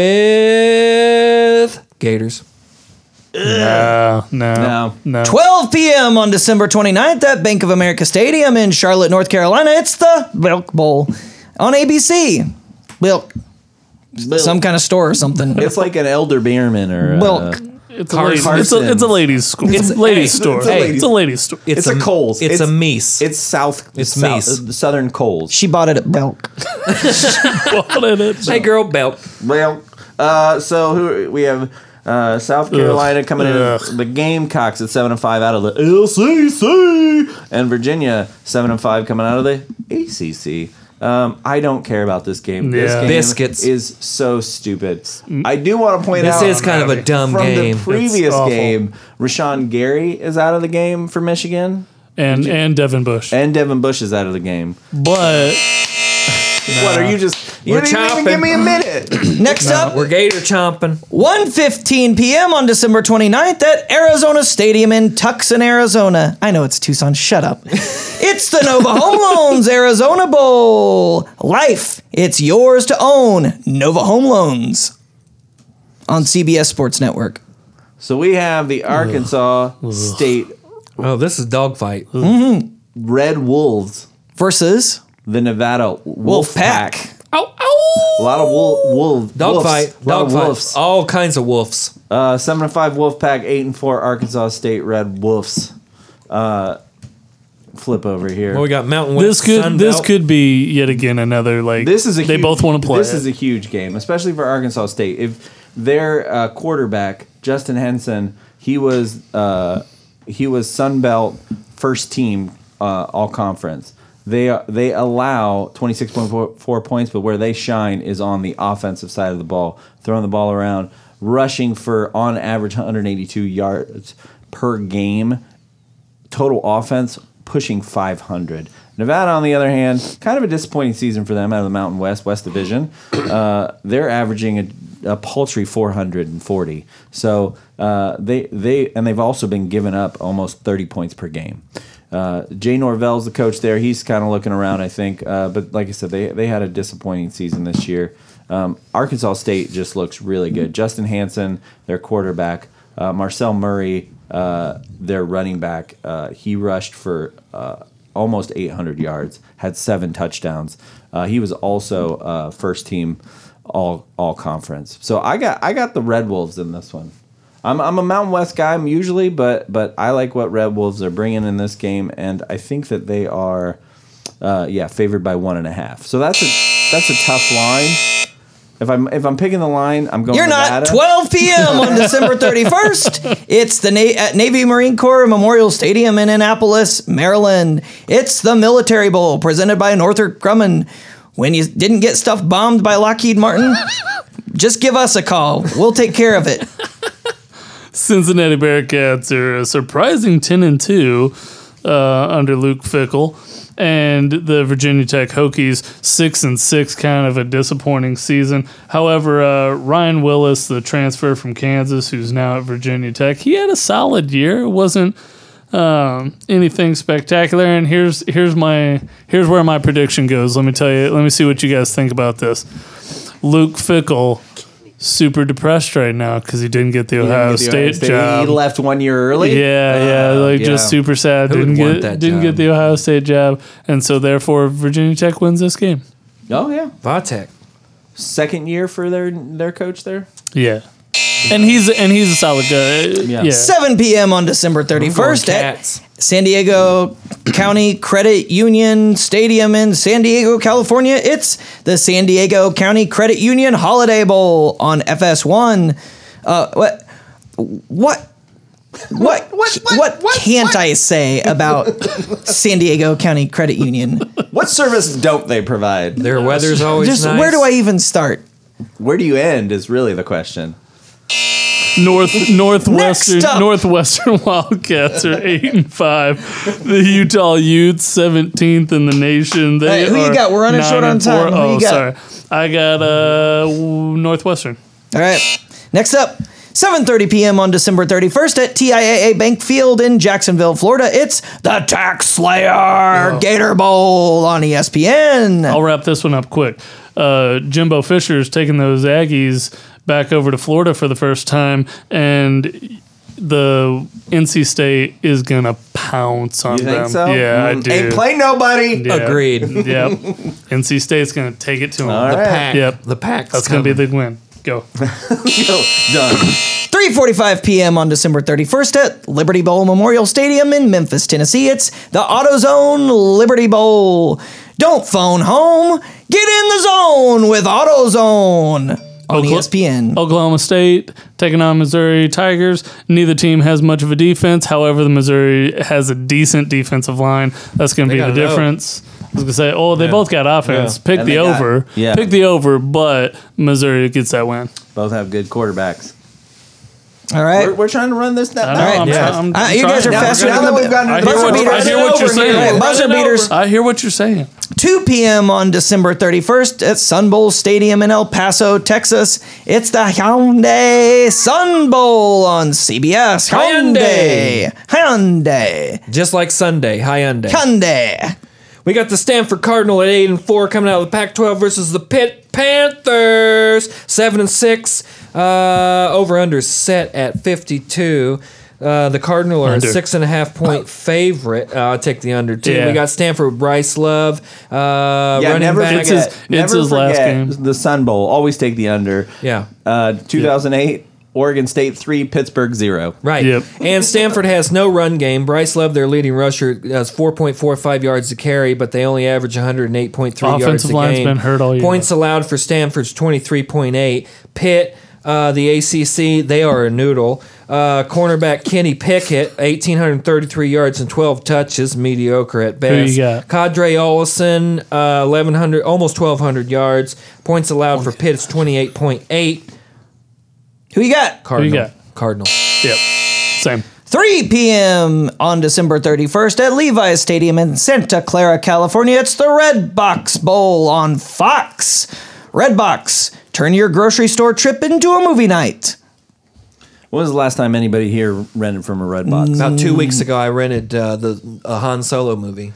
Speaker 5: with Gators.
Speaker 4: No, Uh, no.
Speaker 1: No.
Speaker 4: No.
Speaker 3: 12 p.m. on December 29th at Bank of America Stadium in Charlotte, North Carolina. It's the Milk Bowl on ABC. Milk. Some kind of store or something.
Speaker 1: It's like an Elder Beerman or uh, a,
Speaker 3: Milk.
Speaker 4: It's, a lady, it's,
Speaker 1: Carson.
Speaker 4: a, it's a ladies' school. It's a ladies'
Speaker 5: hey,
Speaker 4: store.
Speaker 1: it's a
Speaker 4: Hey,
Speaker 1: ladies-
Speaker 4: It's a ladies' store.
Speaker 1: It's a Kohl's.
Speaker 5: It's, a
Speaker 1: It's-
Speaker 5: Meese.
Speaker 1: It's South. It's
Speaker 5: Meese.
Speaker 1: South, Southern Coles.
Speaker 3: She bought it at Milk.
Speaker 5: hey, girl, belt.
Speaker 1: Well, uh, so who we have? Uh, South Carolina coming
Speaker 4: Ugh.
Speaker 1: in the Gamecocks at seven and five out of the LCC, and Virginia seven and five coming out of the ACC. Um, I don't care about this game. This
Speaker 4: Yeah. Mm.
Speaker 1: game
Speaker 5: Biscuits.
Speaker 1: is so stupid. I do want to point
Speaker 5: This
Speaker 1: out
Speaker 5: is kind of a dumb
Speaker 1: from
Speaker 5: game.
Speaker 1: the previous
Speaker 4: awful.
Speaker 1: game. Rashawn Gary is out of the game for Michigan,
Speaker 4: and and Devin Bush.
Speaker 1: and Devin Bush is out of the game.
Speaker 4: but
Speaker 1: What are you just? You
Speaker 5: We're
Speaker 1: didn't even
Speaker 5: chopping.
Speaker 1: give me a minute.
Speaker 3: Next up,
Speaker 5: Uh, We're Gator chomping.
Speaker 3: 1.15 p.m. on December 29th at Arizona Stadium in Tucson, Arizona. I know it's Tucson, shut up. it's the Nova Home Loans Arizona Bowl. Life, it's yours to own. Nova Home Loans on CBS Sports Network.
Speaker 1: So we have the Arkansas State
Speaker 5: Oh, this is dogfight.
Speaker 1: Red Wolves
Speaker 3: Versus
Speaker 1: the Nevada Wolf Pack.
Speaker 3: Wolfpack.
Speaker 5: Oh, oh!
Speaker 1: A lot of wolf, wolf
Speaker 5: Dog
Speaker 1: wolves.
Speaker 5: fight,
Speaker 1: A lot
Speaker 5: dog
Speaker 1: of
Speaker 5: fights,
Speaker 1: wolves.
Speaker 5: all kinds of wolves.
Speaker 1: Uh, seven and five Wolf Pack, eight and four Arkansas State Red Wolves. Uh, flip over here.
Speaker 5: Well, we got mountain.
Speaker 4: This
Speaker 5: West,
Speaker 4: could
Speaker 5: Sun
Speaker 4: this
Speaker 5: Belt.
Speaker 4: could be yet again another like
Speaker 1: This is a
Speaker 4: they
Speaker 1: huge-
Speaker 4: both want to play.
Speaker 1: This
Speaker 4: it.
Speaker 1: is a huge game, especially for Arkansas State. If their uh, quarterback Justin Henson, he was uh, he was Sun Belt first team uh, all conference. They they allow twenty six point four points, but where they shine is on the offensive side of the ball, throwing the ball around, rushing for on average one hundred eighty two yards per game total offense pushing 500. Nevada, on the other hand, kind of a disappointing season for them out of the Mountain West, West Division. Uh, they're averaging a, a paltry 440. So uh, they they and they've also been giving up almost 30 points per game. Uh, Jay Norvell's the coach there. He's kind of looking around, I think. Uh, but like I said, they they had a disappointing season this year. Um, Arkansas State just looks really good. Justin Hansen, their quarterback, uh, Marcel Murray, uh, their running back, uh, he rushed for uh, almost 800 yards, had seven touchdowns. Uh, he was also uh, first team all all conference. So I got I got the Red Wolves in this one. I'm, I'm a Mountain West guy I'm usually, but but I like what Red Wolves are bringing in this game, and I think that they are, uh, yeah, favored by one and a half. So that's a that's a tough line. If I'm if I'm picking the line, I'm going.
Speaker 3: You're
Speaker 1: Nevada.
Speaker 3: not 12 p.m. on December 31st. It's the Na- at Navy Marine Corps Memorial Stadium in Annapolis, Maryland. It's the Military Bowl presented by Northrop Grumman. When you didn't get stuff bombed by Lockheed Martin, just give us a call. We'll take care of it.
Speaker 4: Cincinnati Bearcats are a surprising 10 and 2 uh, under Luke Fickle. And the Virginia Tech Hokies, 6 and 6, kind of a disappointing season. However, uh, Ryan Willis, the transfer from Kansas, who's now at Virginia Tech, he had a solid year. It wasn't um, anything spectacular. And here's here's my here's where my prediction goes. Let me tell you. Let me see what you guys think about this. Luke Fickle, super depressed right now because he didn't get the Ohio
Speaker 1: Didn't get the Ohio
Speaker 4: State job.
Speaker 1: He left one year early. Uh,
Speaker 4: yeah, yeah, like just
Speaker 1: yeah.
Speaker 4: super sad.
Speaker 2: Who would
Speaker 4: Didn't
Speaker 2: want
Speaker 4: get
Speaker 2: that
Speaker 4: didn't
Speaker 2: job?
Speaker 4: get the Ohio State job, and so therefore Virginia Tech wins this game.
Speaker 1: Oh yeah,
Speaker 5: Vatek.
Speaker 1: second year for their their coach there.
Speaker 4: Yeah, and he's and he's a solid guy. Yeah,
Speaker 3: 7 p.m. on December 31st at
Speaker 5: Cats.
Speaker 3: San Diego County Credit Union Stadium in San Diego, California. It's the San Diego County Credit Union Holiday Bowl on FS1. Uh, what? What? What, what, what, can't I say about San Diego County Credit Union?
Speaker 1: What service don't they provide?
Speaker 5: Their weather's always
Speaker 3: Just
Speaker 5: nice.
Speaker 3: where do I even start?
Speaker 1: Where do you end is really the question.
Speaker 4: North Northwestern
Speaker 3: Next up.
Speaker 4: Northwestern Wildcats are eight and five. The Utah Utes seventeenth in the nation. They
Speaker 3: Hey, who you
Speaker 4: are
Speaker 3: got? We're running
Speaker 4: nine
Speaker 3: short on
Speaker 4: and four.
Speaker 3: time. Who
Speaker 4: Oh,
Speaker 3: you got?
Speaker 4: sorry, I got uh w- Northwestern.
Speaker 3: All right. Next up, 7:30 p.m. on December 31st at TIAA Bank Field in Jacksonville, Florida. It's the Tax Slayer Gator Bowl on E ESPN.
Speaker 4: I'll wrap this one up quick. Uh, Jimbo Fisher's taking those Aggies back over to Florida for the first time, and the NC State is gonna pounce on
Speaker 1: You think
Speaker 4: them.
Speaker 1: so? Mm-hmm.
Speaker 4: Yeah, I do.
Speaker 1: Ain't play nobody.
Speaker 4: Yeah.
Speaker 5: Agreed.
Speaker 4: Yep. NC State's gonna take it to them.
Speaker 1: All
Speaker 5: The
Speaker 1: right.
Speaker 5: pack.
Speaker 4: Yep.
Speaker 5: The pack's
Speaker 4: That's gonna be the win. Go.
Speaker 1: Go. Done.
Speaker 3: 3:45 p.m. on December 31st at Liberty Bowl Memorial Stadium in Memphis, Tennessee. It's the AutoZone Liberty Bowl. Don't phone home. Get in the zone with AutoZone on E
Speaker 4: Okla-
Speaker 3: ESPN.
Speaker 4: Oklahoma State taking on Missouri Tigers. Neither team has much of a defense. However, the Missouri has a decent defensive line. That's going to be
Speaker 5: got
Speaker 4: the
Speaker 5: it out.
Speaker 4: difference. I was gonna say, oh, they both got offense. Pick
Speaker 1: And
Speaker 4: the
Speaker 1: they got-
Speaker 4: over.
Speaker 1: yeah.
Speaker 4: Pick the over, but Missouri gets that win.
Speaker 1: Both have good quarterbacks.
Speaker 3: All right.
Speaker 1: We're, we're trying to run this down.
Speaker 4: I know,
Speaker 3: right,
Speaker 4: I'm
Speaker 3: yeah.
Speaker 4: try- I'm-
Speaker 3: Uh,
Speaker 4: I'm
Speaker 3: you guys are
Speaker 4: trying.
Speaker 1: Now-
Speaker 3: faster
Speaker 1: now
Speaker 3: than
Speaker 1: that
Speaker 3: the
Speaker 1: we've gotten
Speaker 4: I
Speaker 1: into the
Speaker 4: hear
Speaker 3: buzzer
Speaker 4: what-
Speaker 1: buzzer
Speaker 4: I
Speaker 3: beaters.
Speaker 4: hear what you're saying.
Speaker 3: Buzzer
Speaker 4: Run it
Speaker 3: beaters.
Speaker 4: over. I hear what you're saying.
Speaker 3: 2 p.m. on December 31st at Sun Bowl Stadium in El Paso, Texas. It's the Hyundai Sun Bowl on CBS. Hyundai. Hyundai.
Speaker 5: Just like Sunday, Hyundai.
Speaker 3: Hyundai.
Speaker 5: We got the Stanford Cardinal at eight and four coming out of the Pac-12 versus the Pitt Panthers, seven and six. Uh, over under set at fifty-two. Uh, the Cardinal are
Speaker 4: Under.
Speaker 5: a six and a half
Speaker 4: Oh.
Speaker 5: point favorite. Uh, I'll take the under too.
Speaker 4: Yeah.
Speaker 5: We got Stanford with Bryce Love. Uh,
Speaker 1: Yeah,
Speaker 5: running
Speaker 1: never
Speaker 5: back.
Speaker 1: forget.
Speaker 4: It's his- it's
Speaker 1: never
Speaker 4: his last
Speaker 1: forget
Speaker 4: game.
Speaker 1: The Sun Bowl. Always take the under.
Speaker 5: Yeah.
Speaker 1: Uh, 2008, Oregon State three, Pittsburgh zero.
Speaker 5: Right.
Speaker 4: Yep.
Speaker 5: And Stanford has no run game. Bryce Love, their leading rusher, has 4.45 yards to carry, but they only average 108.3 yards
Speaker 4: Offensive
Speaker 5: a
Speaker 4: line's
Speaker 5: game.
Speaker 4: been hurt all year.
Speaker 5: Points allowed for Stanford's 23.8. Pitt, uh, the ACC, they are a noodle. Uh, cornerback Kenny Pickett, 1,833 yards and 12 touches, mediocre at best.
Speaker 4: you got?
Speaker 5: Cadre Olison, uh, 1,100, almost 1,200 yards. Points allowed for Pitt's 28.8.
Speaker 3: Who you got?
Speaker 5: Cardinal.
Speaker 4: got?
Speaker 5: Cardinal.
Speaker 4: Yep. Same.
Speaker 3: 3 p.m. on December 31st at Levi's Stadium in Santa Clara, California. It's the Red Box Bowl on Fox. Red Box, turn your grocery store trip into a movie night.
Speaker 1: When was the last time anybody here rented from a red box?
Speaker 2: About two
Speaker 4: Mm.
Speaker 2: weeks ago, I rented uh, the a Han Solo movie.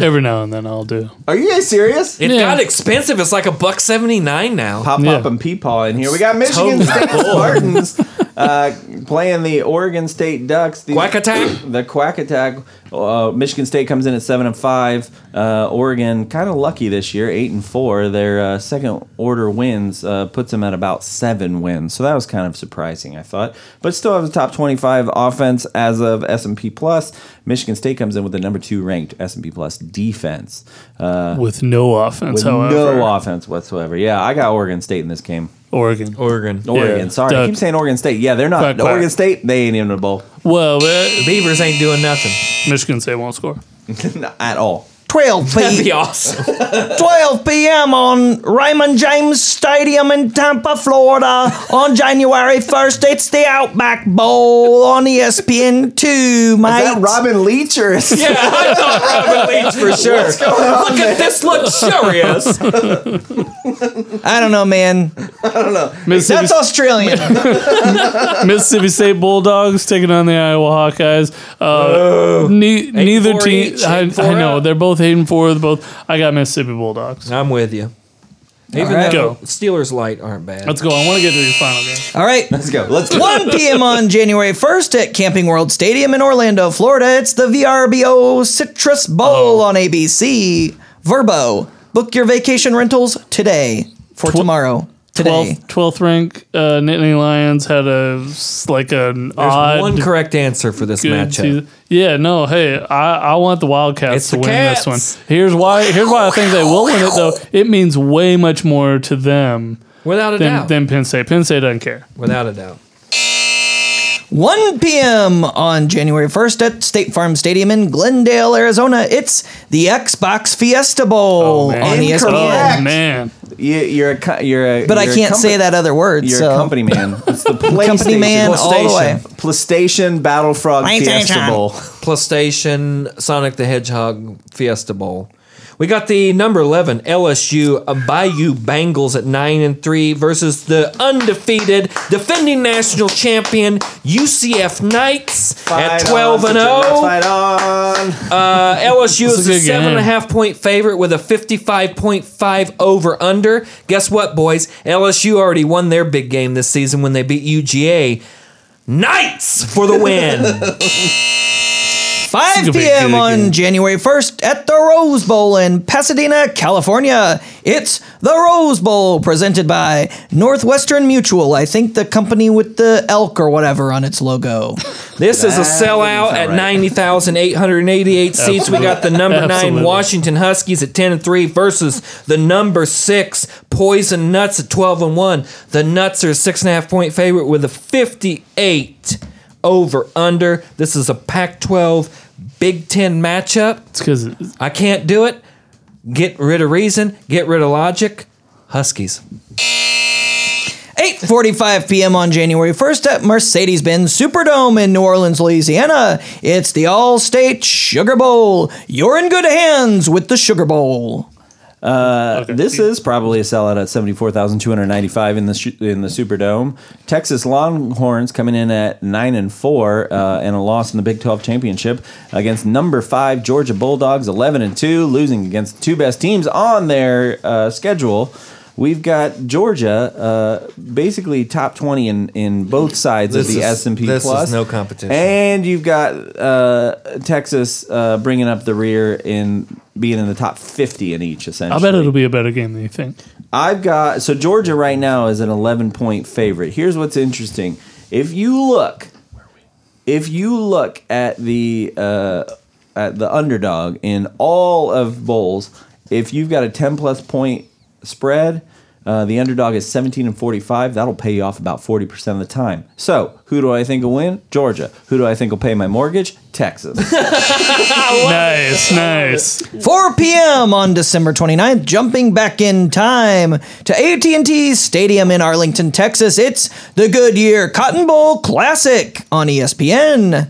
Speaker 4: Every now and then I'll do.
Speaker 1: Are you guys serious?
Speaker 5: It
Speaker 4: Yeah.
Speaker 5: got expensive. It's like a buck seventy nine now.
Speaker 1: Pop
Speaker 4: Yeah.
Speaker 1: up and Peepaw in here. We got Michigan
Speaker 5: Totally
Speaker 1: State Spartans uh, playing the Oregon State Ducks. The
Speaker 5: Quack attack.
Speaker 1: The quack attack. Uh, Michigan State comes in at seven and five. Uh, Oregon kind of lucky this year, eight and four. Their uh, second order wins uh, puts them at about seven wins, so that was kind of surprising, I thought. But still have a top twenty-five offense as of S and P plus. Michigan State comes in with the number two ranked S and P plus defense uh,
Speaker 4: With no offense,
Speaker 1: with
Speaker 4: however.
Speaker 1: no offense whatsoever. Yeah, I got Oregon State in this game.
Speaker 4: Oregon.
Speaker 5: Oregon.
Speaker 1: Oregon,
Speaker 4: Yeah.
Speaker 1: sorry, I
Speaker 4: Duh.
Speaker 1: keep saying Oregon State. Yeah, they're not
Speaker 4: Quack, quack.
Speaker 1: Oregon State. They ain't in the bowl
Speaker 4: Well, uh,
Speaker 5: Beavers ain't doing nothing.
Speaker 4: Michigan State won't score.
Speaker 1: at all.
Speaker 3: 12
Speaker 5: That'd be
Speaker 3: p.m.
Speaker 5: awesome.
Speaker 3: 12 p.m. on Raymond James Stadium in Tampa, Florida on January 1st. It's the Outback Bowl on E ESPN2, mate.
Speaker 1: Is that Robin Leach or is
Speaker 5: yeah, I thought Robin Leach for sure. Look at this luxurious.
Speaker 3: I don't know, man.
Speaker 4: Mississippi,
Speaker 3: That's Australian.
Speaker 4: Mississippi State Bulldogs taking on the Iowa Hawkeyes. Uh, ne- neither
Speaker 5: four
Speaker 4: team.
Speaker 5: each,
Speaker 4: I,
Speaker 5: eight four
Speaker 4: I know
Speaker 5: up.
Speaker 4: they're both eight and four. They're both. I got Mississippi Bulldogs.
Speaker 5: I'm with you. Even
Speaker 3: right.
Speaker 5: though
Speaker 4: Go.
Speaker 5: Steelers light aren't bad.
Speaker 4: Let's go. I want to get to these final games.
Speaker 3: All right.
Speaker 1: Let's go. Let's go.
Speaker 3: 1 p.m. on January 1st at Camping World Stadium in Orlando, Florida. It's the VRBO Citrus
Speaker 1: Oh.
Speaker 3: Bowl on ABC. Verbo. Book your vacation rentals today for tomorrow. Today.
Speaker 4: Twelfth, twelfth rank uh, Nittany Lions had a s- like an
Speaker 5: There's
Speaker 4: odd
Speaker 5: one correct answer for this
Speaker 4: good
Speaker 5: matchup.
Speaker 4: season. Yeah, no. Hey, I, I want the Wildcats
Speaker 5: It's
Speaker 4: to
Speaker 5: the
Speaker 4: win this
Speaker 5: Cats.
Speaker 4: one. Here's why. Here's why I think they will win it though. It means way much more to them
Speaker 5: Without a
Speaker 4: than,
Speaker 5: doubt.
Speaker 4: than Penn State. Penn State doesn't care.
Speaker 5: Without a doubt.
Speaker 3: 1 p.m. on January 1st at State Farm Stadium in Glendale, Arizona. It's the Xbox Fiesta
Speaker 5: Oh,
Speaker 3: Bowl
Speaker 4: Oh, man.
Speaker 3: on E
Speaker 5: E
Speaker 3: ESPN.
Speaker 1: Oh, Incorrect.
Speaker 4: Oh man,
Speaker 1: You, you're a co- you're a
Speaker 3: But I
Speaker 1: you're a
Speaker 3: can't
Speaker 1: compa-
Speaker 3: say that other word.
Speaker 1: You're
Speaker 3: so.
Speaker 1: a company man. It's the PlayStation.
Speaker 3: Company man all the way.
Speaker 1: PlayStation Battle Frog
Speaker 3: PlayStation.
Speaker 1: Fiesta Bowl.
Speaker 5: Plus Station, Sonic the Hedgehog, Fiesta Bowl. We got the number eleven LSU uh, Bayou Bengals at nine and three versus the undefeated defending national champion UCF Knights at twelve and oh. zero.
Speaker 1: Fight on.
Speaker 5: Uh, LSU is
Speaker 4: This is a
Speaker 5: a
Speaker 4: good
Speaker 5: seven and a
Speaker 4: game.
Speaker 5: half point favorite with a fifty-five point five over under. Guess what, boys? LSU already won their big game this season when they beat UGA. Knights for the win.
Speaker 3: 5
Speaker 4: It's gonna be a
Speaker 3: p.m.
Speaker 4: good
Speaker 3: on
Speaker 4: game.
Speaker 3: January 1st at the Rose Bowl in Pasadena, California. It's the Rose Bowl presented by Northwestern Mutual. I think the company with the elk or whatever on its logo.
Speaker 5: This is a
Speaker 1: That
Speaker 5: sellout
Speaker 1: doesn't
Speaker 5: at
Speaker 1: sound right.
Speaker 5: 90,888 seats. We got the number
Speaker 4: Absolutely.
Speaker 5: nine Washington Huskies at 10 and 3 versus the number six Poison Nuts at 12 and 1. The Nuts are a six and a half point favorite with a 58 over under. This is a Pac 12 Big Ten matchup.
Speaker 4: it's because
Speaker 5: I can't do it. Get rid of reason, get rid of logic. Huskies.
Speaker 3: 8:45 p.m. on January 1st at Mercedes-Benz Superdome in New Orleans, Louisiana. It's the All-State Sugar Bowl. You're in good hands with the Sugar Bowl.
Speaker 1: Uh, This is probably a sellout at seventy four thousand two hundred ninety five in the sh- in the Superdome. Texas Longhorns coming in at nine and four uh, and a loss in the Big Twelve championship against number five Georgia Bulldogs eleven and two, losing against the two best teams on their uh, schedule. We've got Georgia, uh, basically top twenty in, in both sides of
Speaker 5: This
Speaker 1: the
Speaker 5: is-
Speaker 1: S and P
Speaker 5: this
Speaker 1: plus.
Speaker 5: is no competition.
Speaker 1: And you've got uh, Texas uh, bringing up the rear in being in the top fifty in each. Essentially,
Speaker 4: I bet it'll be a better game than you think.
Speaker 1: I've got so Georgia right now is an 11 point favorite. Here's what's interesting: if you look, if you look at the uh, at the underdog in all of bowls, if you've got a 10 plus point spread, uh, the underdog is 17 and 45. That'll pay you off about 40 percent of the time. So who do I think will win? Georgia. Who do I think will pay my mortgage? Texas.
Speaker 4: Nice, nice.
Speaker 3: 4 p.m. on December 29th, jumping back in time to AT&T Stadium in Arlington, Texas. It's the Goodyear Cotton Bowl Classic on E ESPN.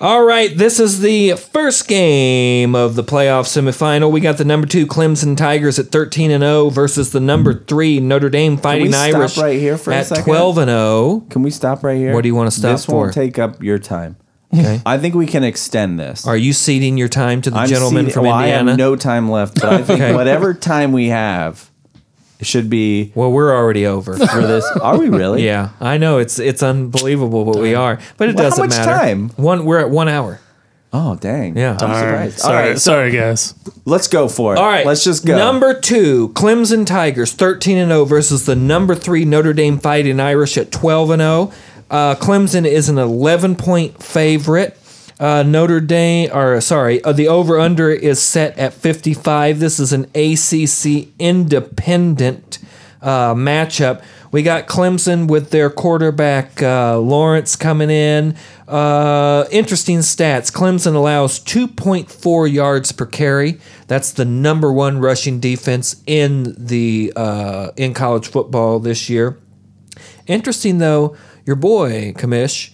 Speaker 5: All right, this is the first game of the playoff semifinal. We got the number two Clemson Tigers at thirteen and zero versus the number three Notre Dame Fighting
Speaker 1: stop
Speaker 5: Irish
Speaker 1: right here for a
Speaker 5: at
Speaker 1: second?
Speaker 5: twelve and oh. zero.
Speaker 1: Can we stop right here?
Speaker 5: What do you wanna stop
Speaker 1: This won't
Speaker 5: for?
Speaker 1: take up your time.
Speaker 5: Okay.
Speaker 1: I think we can extend this.
Speaker 5: Are you ceding your time to the gentleman
Speaker 1: seated-
Speaker 5: from
Speaker 1: well, I
Speaker 5: Indiana?
Speaker 1: have no time left, but I think
Speaker 5: Okay.
Speaker 1: whatever time we have should be
Speaker 5: well, we're already over.
Speaker 1: for this. Are we really?
Speaker 5: yeah, I know it's it's unbelievable, but we are. But it
Speaker 1: Well, how
Speaker 5: doesn't
Speaker 1: much
Speaker 5: matter.
Speaker 1: time?
Speaker 5: One, we're at one hour.
Speaker 1: Oh dang.
Speaker 5: Yeah.
Speaker 1: I'm
Speaker 5: Darn.
Speaker 1: surprised. All
Speaker 4: Sorry,
Speaker 1: right, so
Speaker 4: sorry, guys.
Speaker 1: let's go for it.
Speaker 5: All right,
Speaker 1: let's just go.
Speaker 5: Number two, Clemson Tigers, thirteen and zero versus the number three Notre Dame Fighting Irish at twelve and zero. Uh, Clemson is an eleven point favorite. Uh, Notre Dame, or sorry, uh, the over under is set at fifty five. This is an ACC independent uh, matchup. We got Clemson with their quarterback uh, Lawrence coming in. Uh, interesting stats. Clemson allows 2.4 yards per carry. That's the number one rushing defense in the uh, in college football this year. Interesting though, your boy Kamish,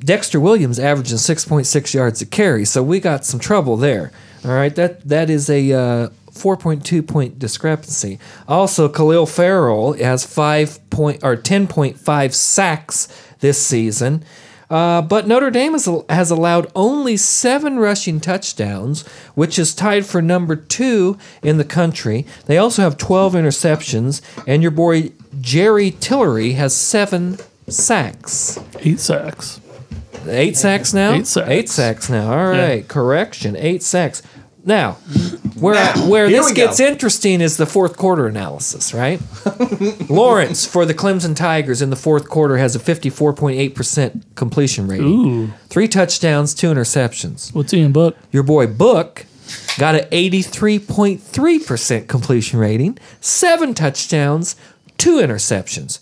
Speaker 5: Dexter Williams averaging 6.6 yards a carry, so we got some trouble there. All right, that that is a uh, 4.2 point discrepancy. Also, Khalil Farrell has five point or 10.5 sacks this season. Uh, but Notre Dame has, has allowed only seven rushing touchdowns, which is tied for number two in the country. They also have 12 interceptions, and your boy Jerry Tillery has seven sacks.
Speaker 4: Eight sacks.
Speaker 5: Eight sacks now?
Speaker 4: Eight sacks.
Speaker 5: Eight sacks now. All
Speaker 4: Yeah.
Speaker 5: right. Correction. Eight sacks. Now, where, where
Speaker 1: Here
Speaker 5: this
Speaker 1: we go.
Speaker 5: gets interesting is the fourth quarter analysis, right? Lawrence for the Clemson Tigers in the fourth quarter has a 54.8% completion rating.
Speaker 4: Ooh.
Speaker 5: Three touchdowns, two interceptions.
Speaker 4: What's Ian Buck?
Speaker 5: Your boy Book got an 83.3% completion rating, seven touchdowns, two interceptions.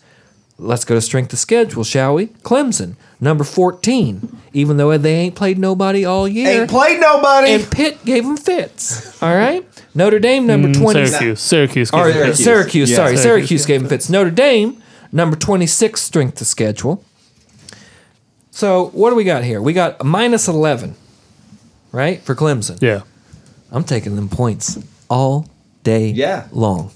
Speaker 5: Let's go to strength of schedule, shall we? Clemson, number 14, even though they ain't played nobody all year.
Speaker 1: ain't played nobody.
Speaker 5: and Pitt gave them fits. All right? Notre Dame, number 20.
Speaker 4: Mm, Syracuse. Syracuse.
Speaker 5: Or,
Speaker 4: gives
Speaker 5: uh,
Speaker 4: it-
Speaker 5: Syracuse, sorry. Syracuse, gave them fits. Notre Dame, number 26 strength of schedule. So what do we got here? We got a minus 11, right, for Clemson.
Speaker 4: Yeah.
Speaker 5: I'm taking them points all day
Speaker 1: Yeah.
Speaker 5: long.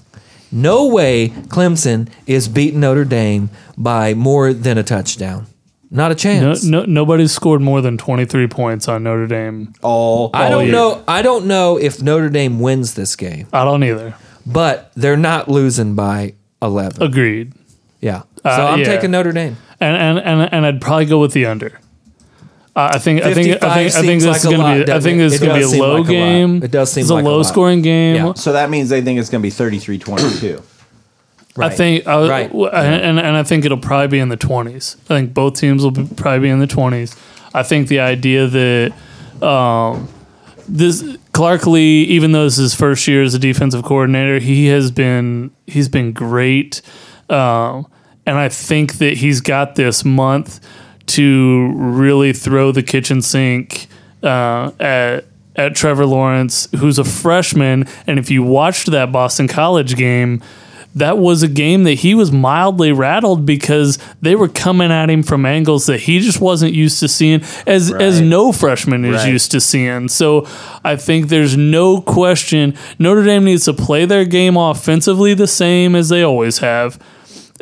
Speaker 5: No way Clemson is beating Notre Dame by more than a touchdown. Not a
Speaker 4: No,
Speaker 5: chance.
Speaker 4: no, nobody's scored more than 23 points on Notre Dame.
Speaker 1: all
Speaker 5: I
Speaker 4: all
Speaker 5: don't
Speaker 4: year.
Speaker 5: know. I don't know if Notre Dame wins this game,
Speaker 4: I don't either.
Speaker 5: but they're not losing by 11.
Speaker 4: Agreed.
Speaker 5: Yeah. So
Speaker 4: Uh,
Speaker 5: I'm
Speaker 4: yeah.
Speaker 5: taking Notre Dame.
Speaker 4: And and and, and I'd probably go with the under. Uh, I think I think I
Speaker 5: 55
Speaker 4: think I think
Speaker 5: seems
Speaker 4: this
Speaker 5: like
Speaker 4: is
Speaker 5: a
Speaker 4: going
Speaker 5: lot,
Speaker 4: to be I
Speaker 5: doesn't
Speaker 4: think
Speaker 5: it?
Speaker 4: this is
Speaker 5: It
Speaker 4: going to
Speaker 5: does
Speaker 4: be a
Speaker 5: seem
Speaker 4: low
Speaker 5: like a lot.
Speaker 4: game.
Speaker 5: It does seem
Speaker 4: it's
Speaker 5: like a
Speaker 4: a low
Speaker 5: lot.
Speaker 4: scoring game.
Speaker 5: Yeah.
Speaker 1: So that means they think it's going to be 33-22.
Speaker 5: Right.
Speaker 4: I think, I,
Speaker 5: Right.
Speaker 4: w- and, and and I think it'll probably be in the twenties. I think both teams will be, probably be in the twenties. I think the idea that um, this Clark Lee, even though this is his first year as a defensive coordinator, he has been he's been great, um, and I think that he's got this month to really throw the kitchen sink uh, at at Trevor Lawrence, who's a freshman. And if you watched that Boston College game, that was a game that he was mildly rattled because they were coming at him from angles that he just wasn't used to seeing, as as
Speaker 1: Right.
Speaker 4: no freshman is
Speaker 1: Right.
Speaker 4: used to seeing. So I think there's no question Notre Dame needs to play their game offensively the same as they always have.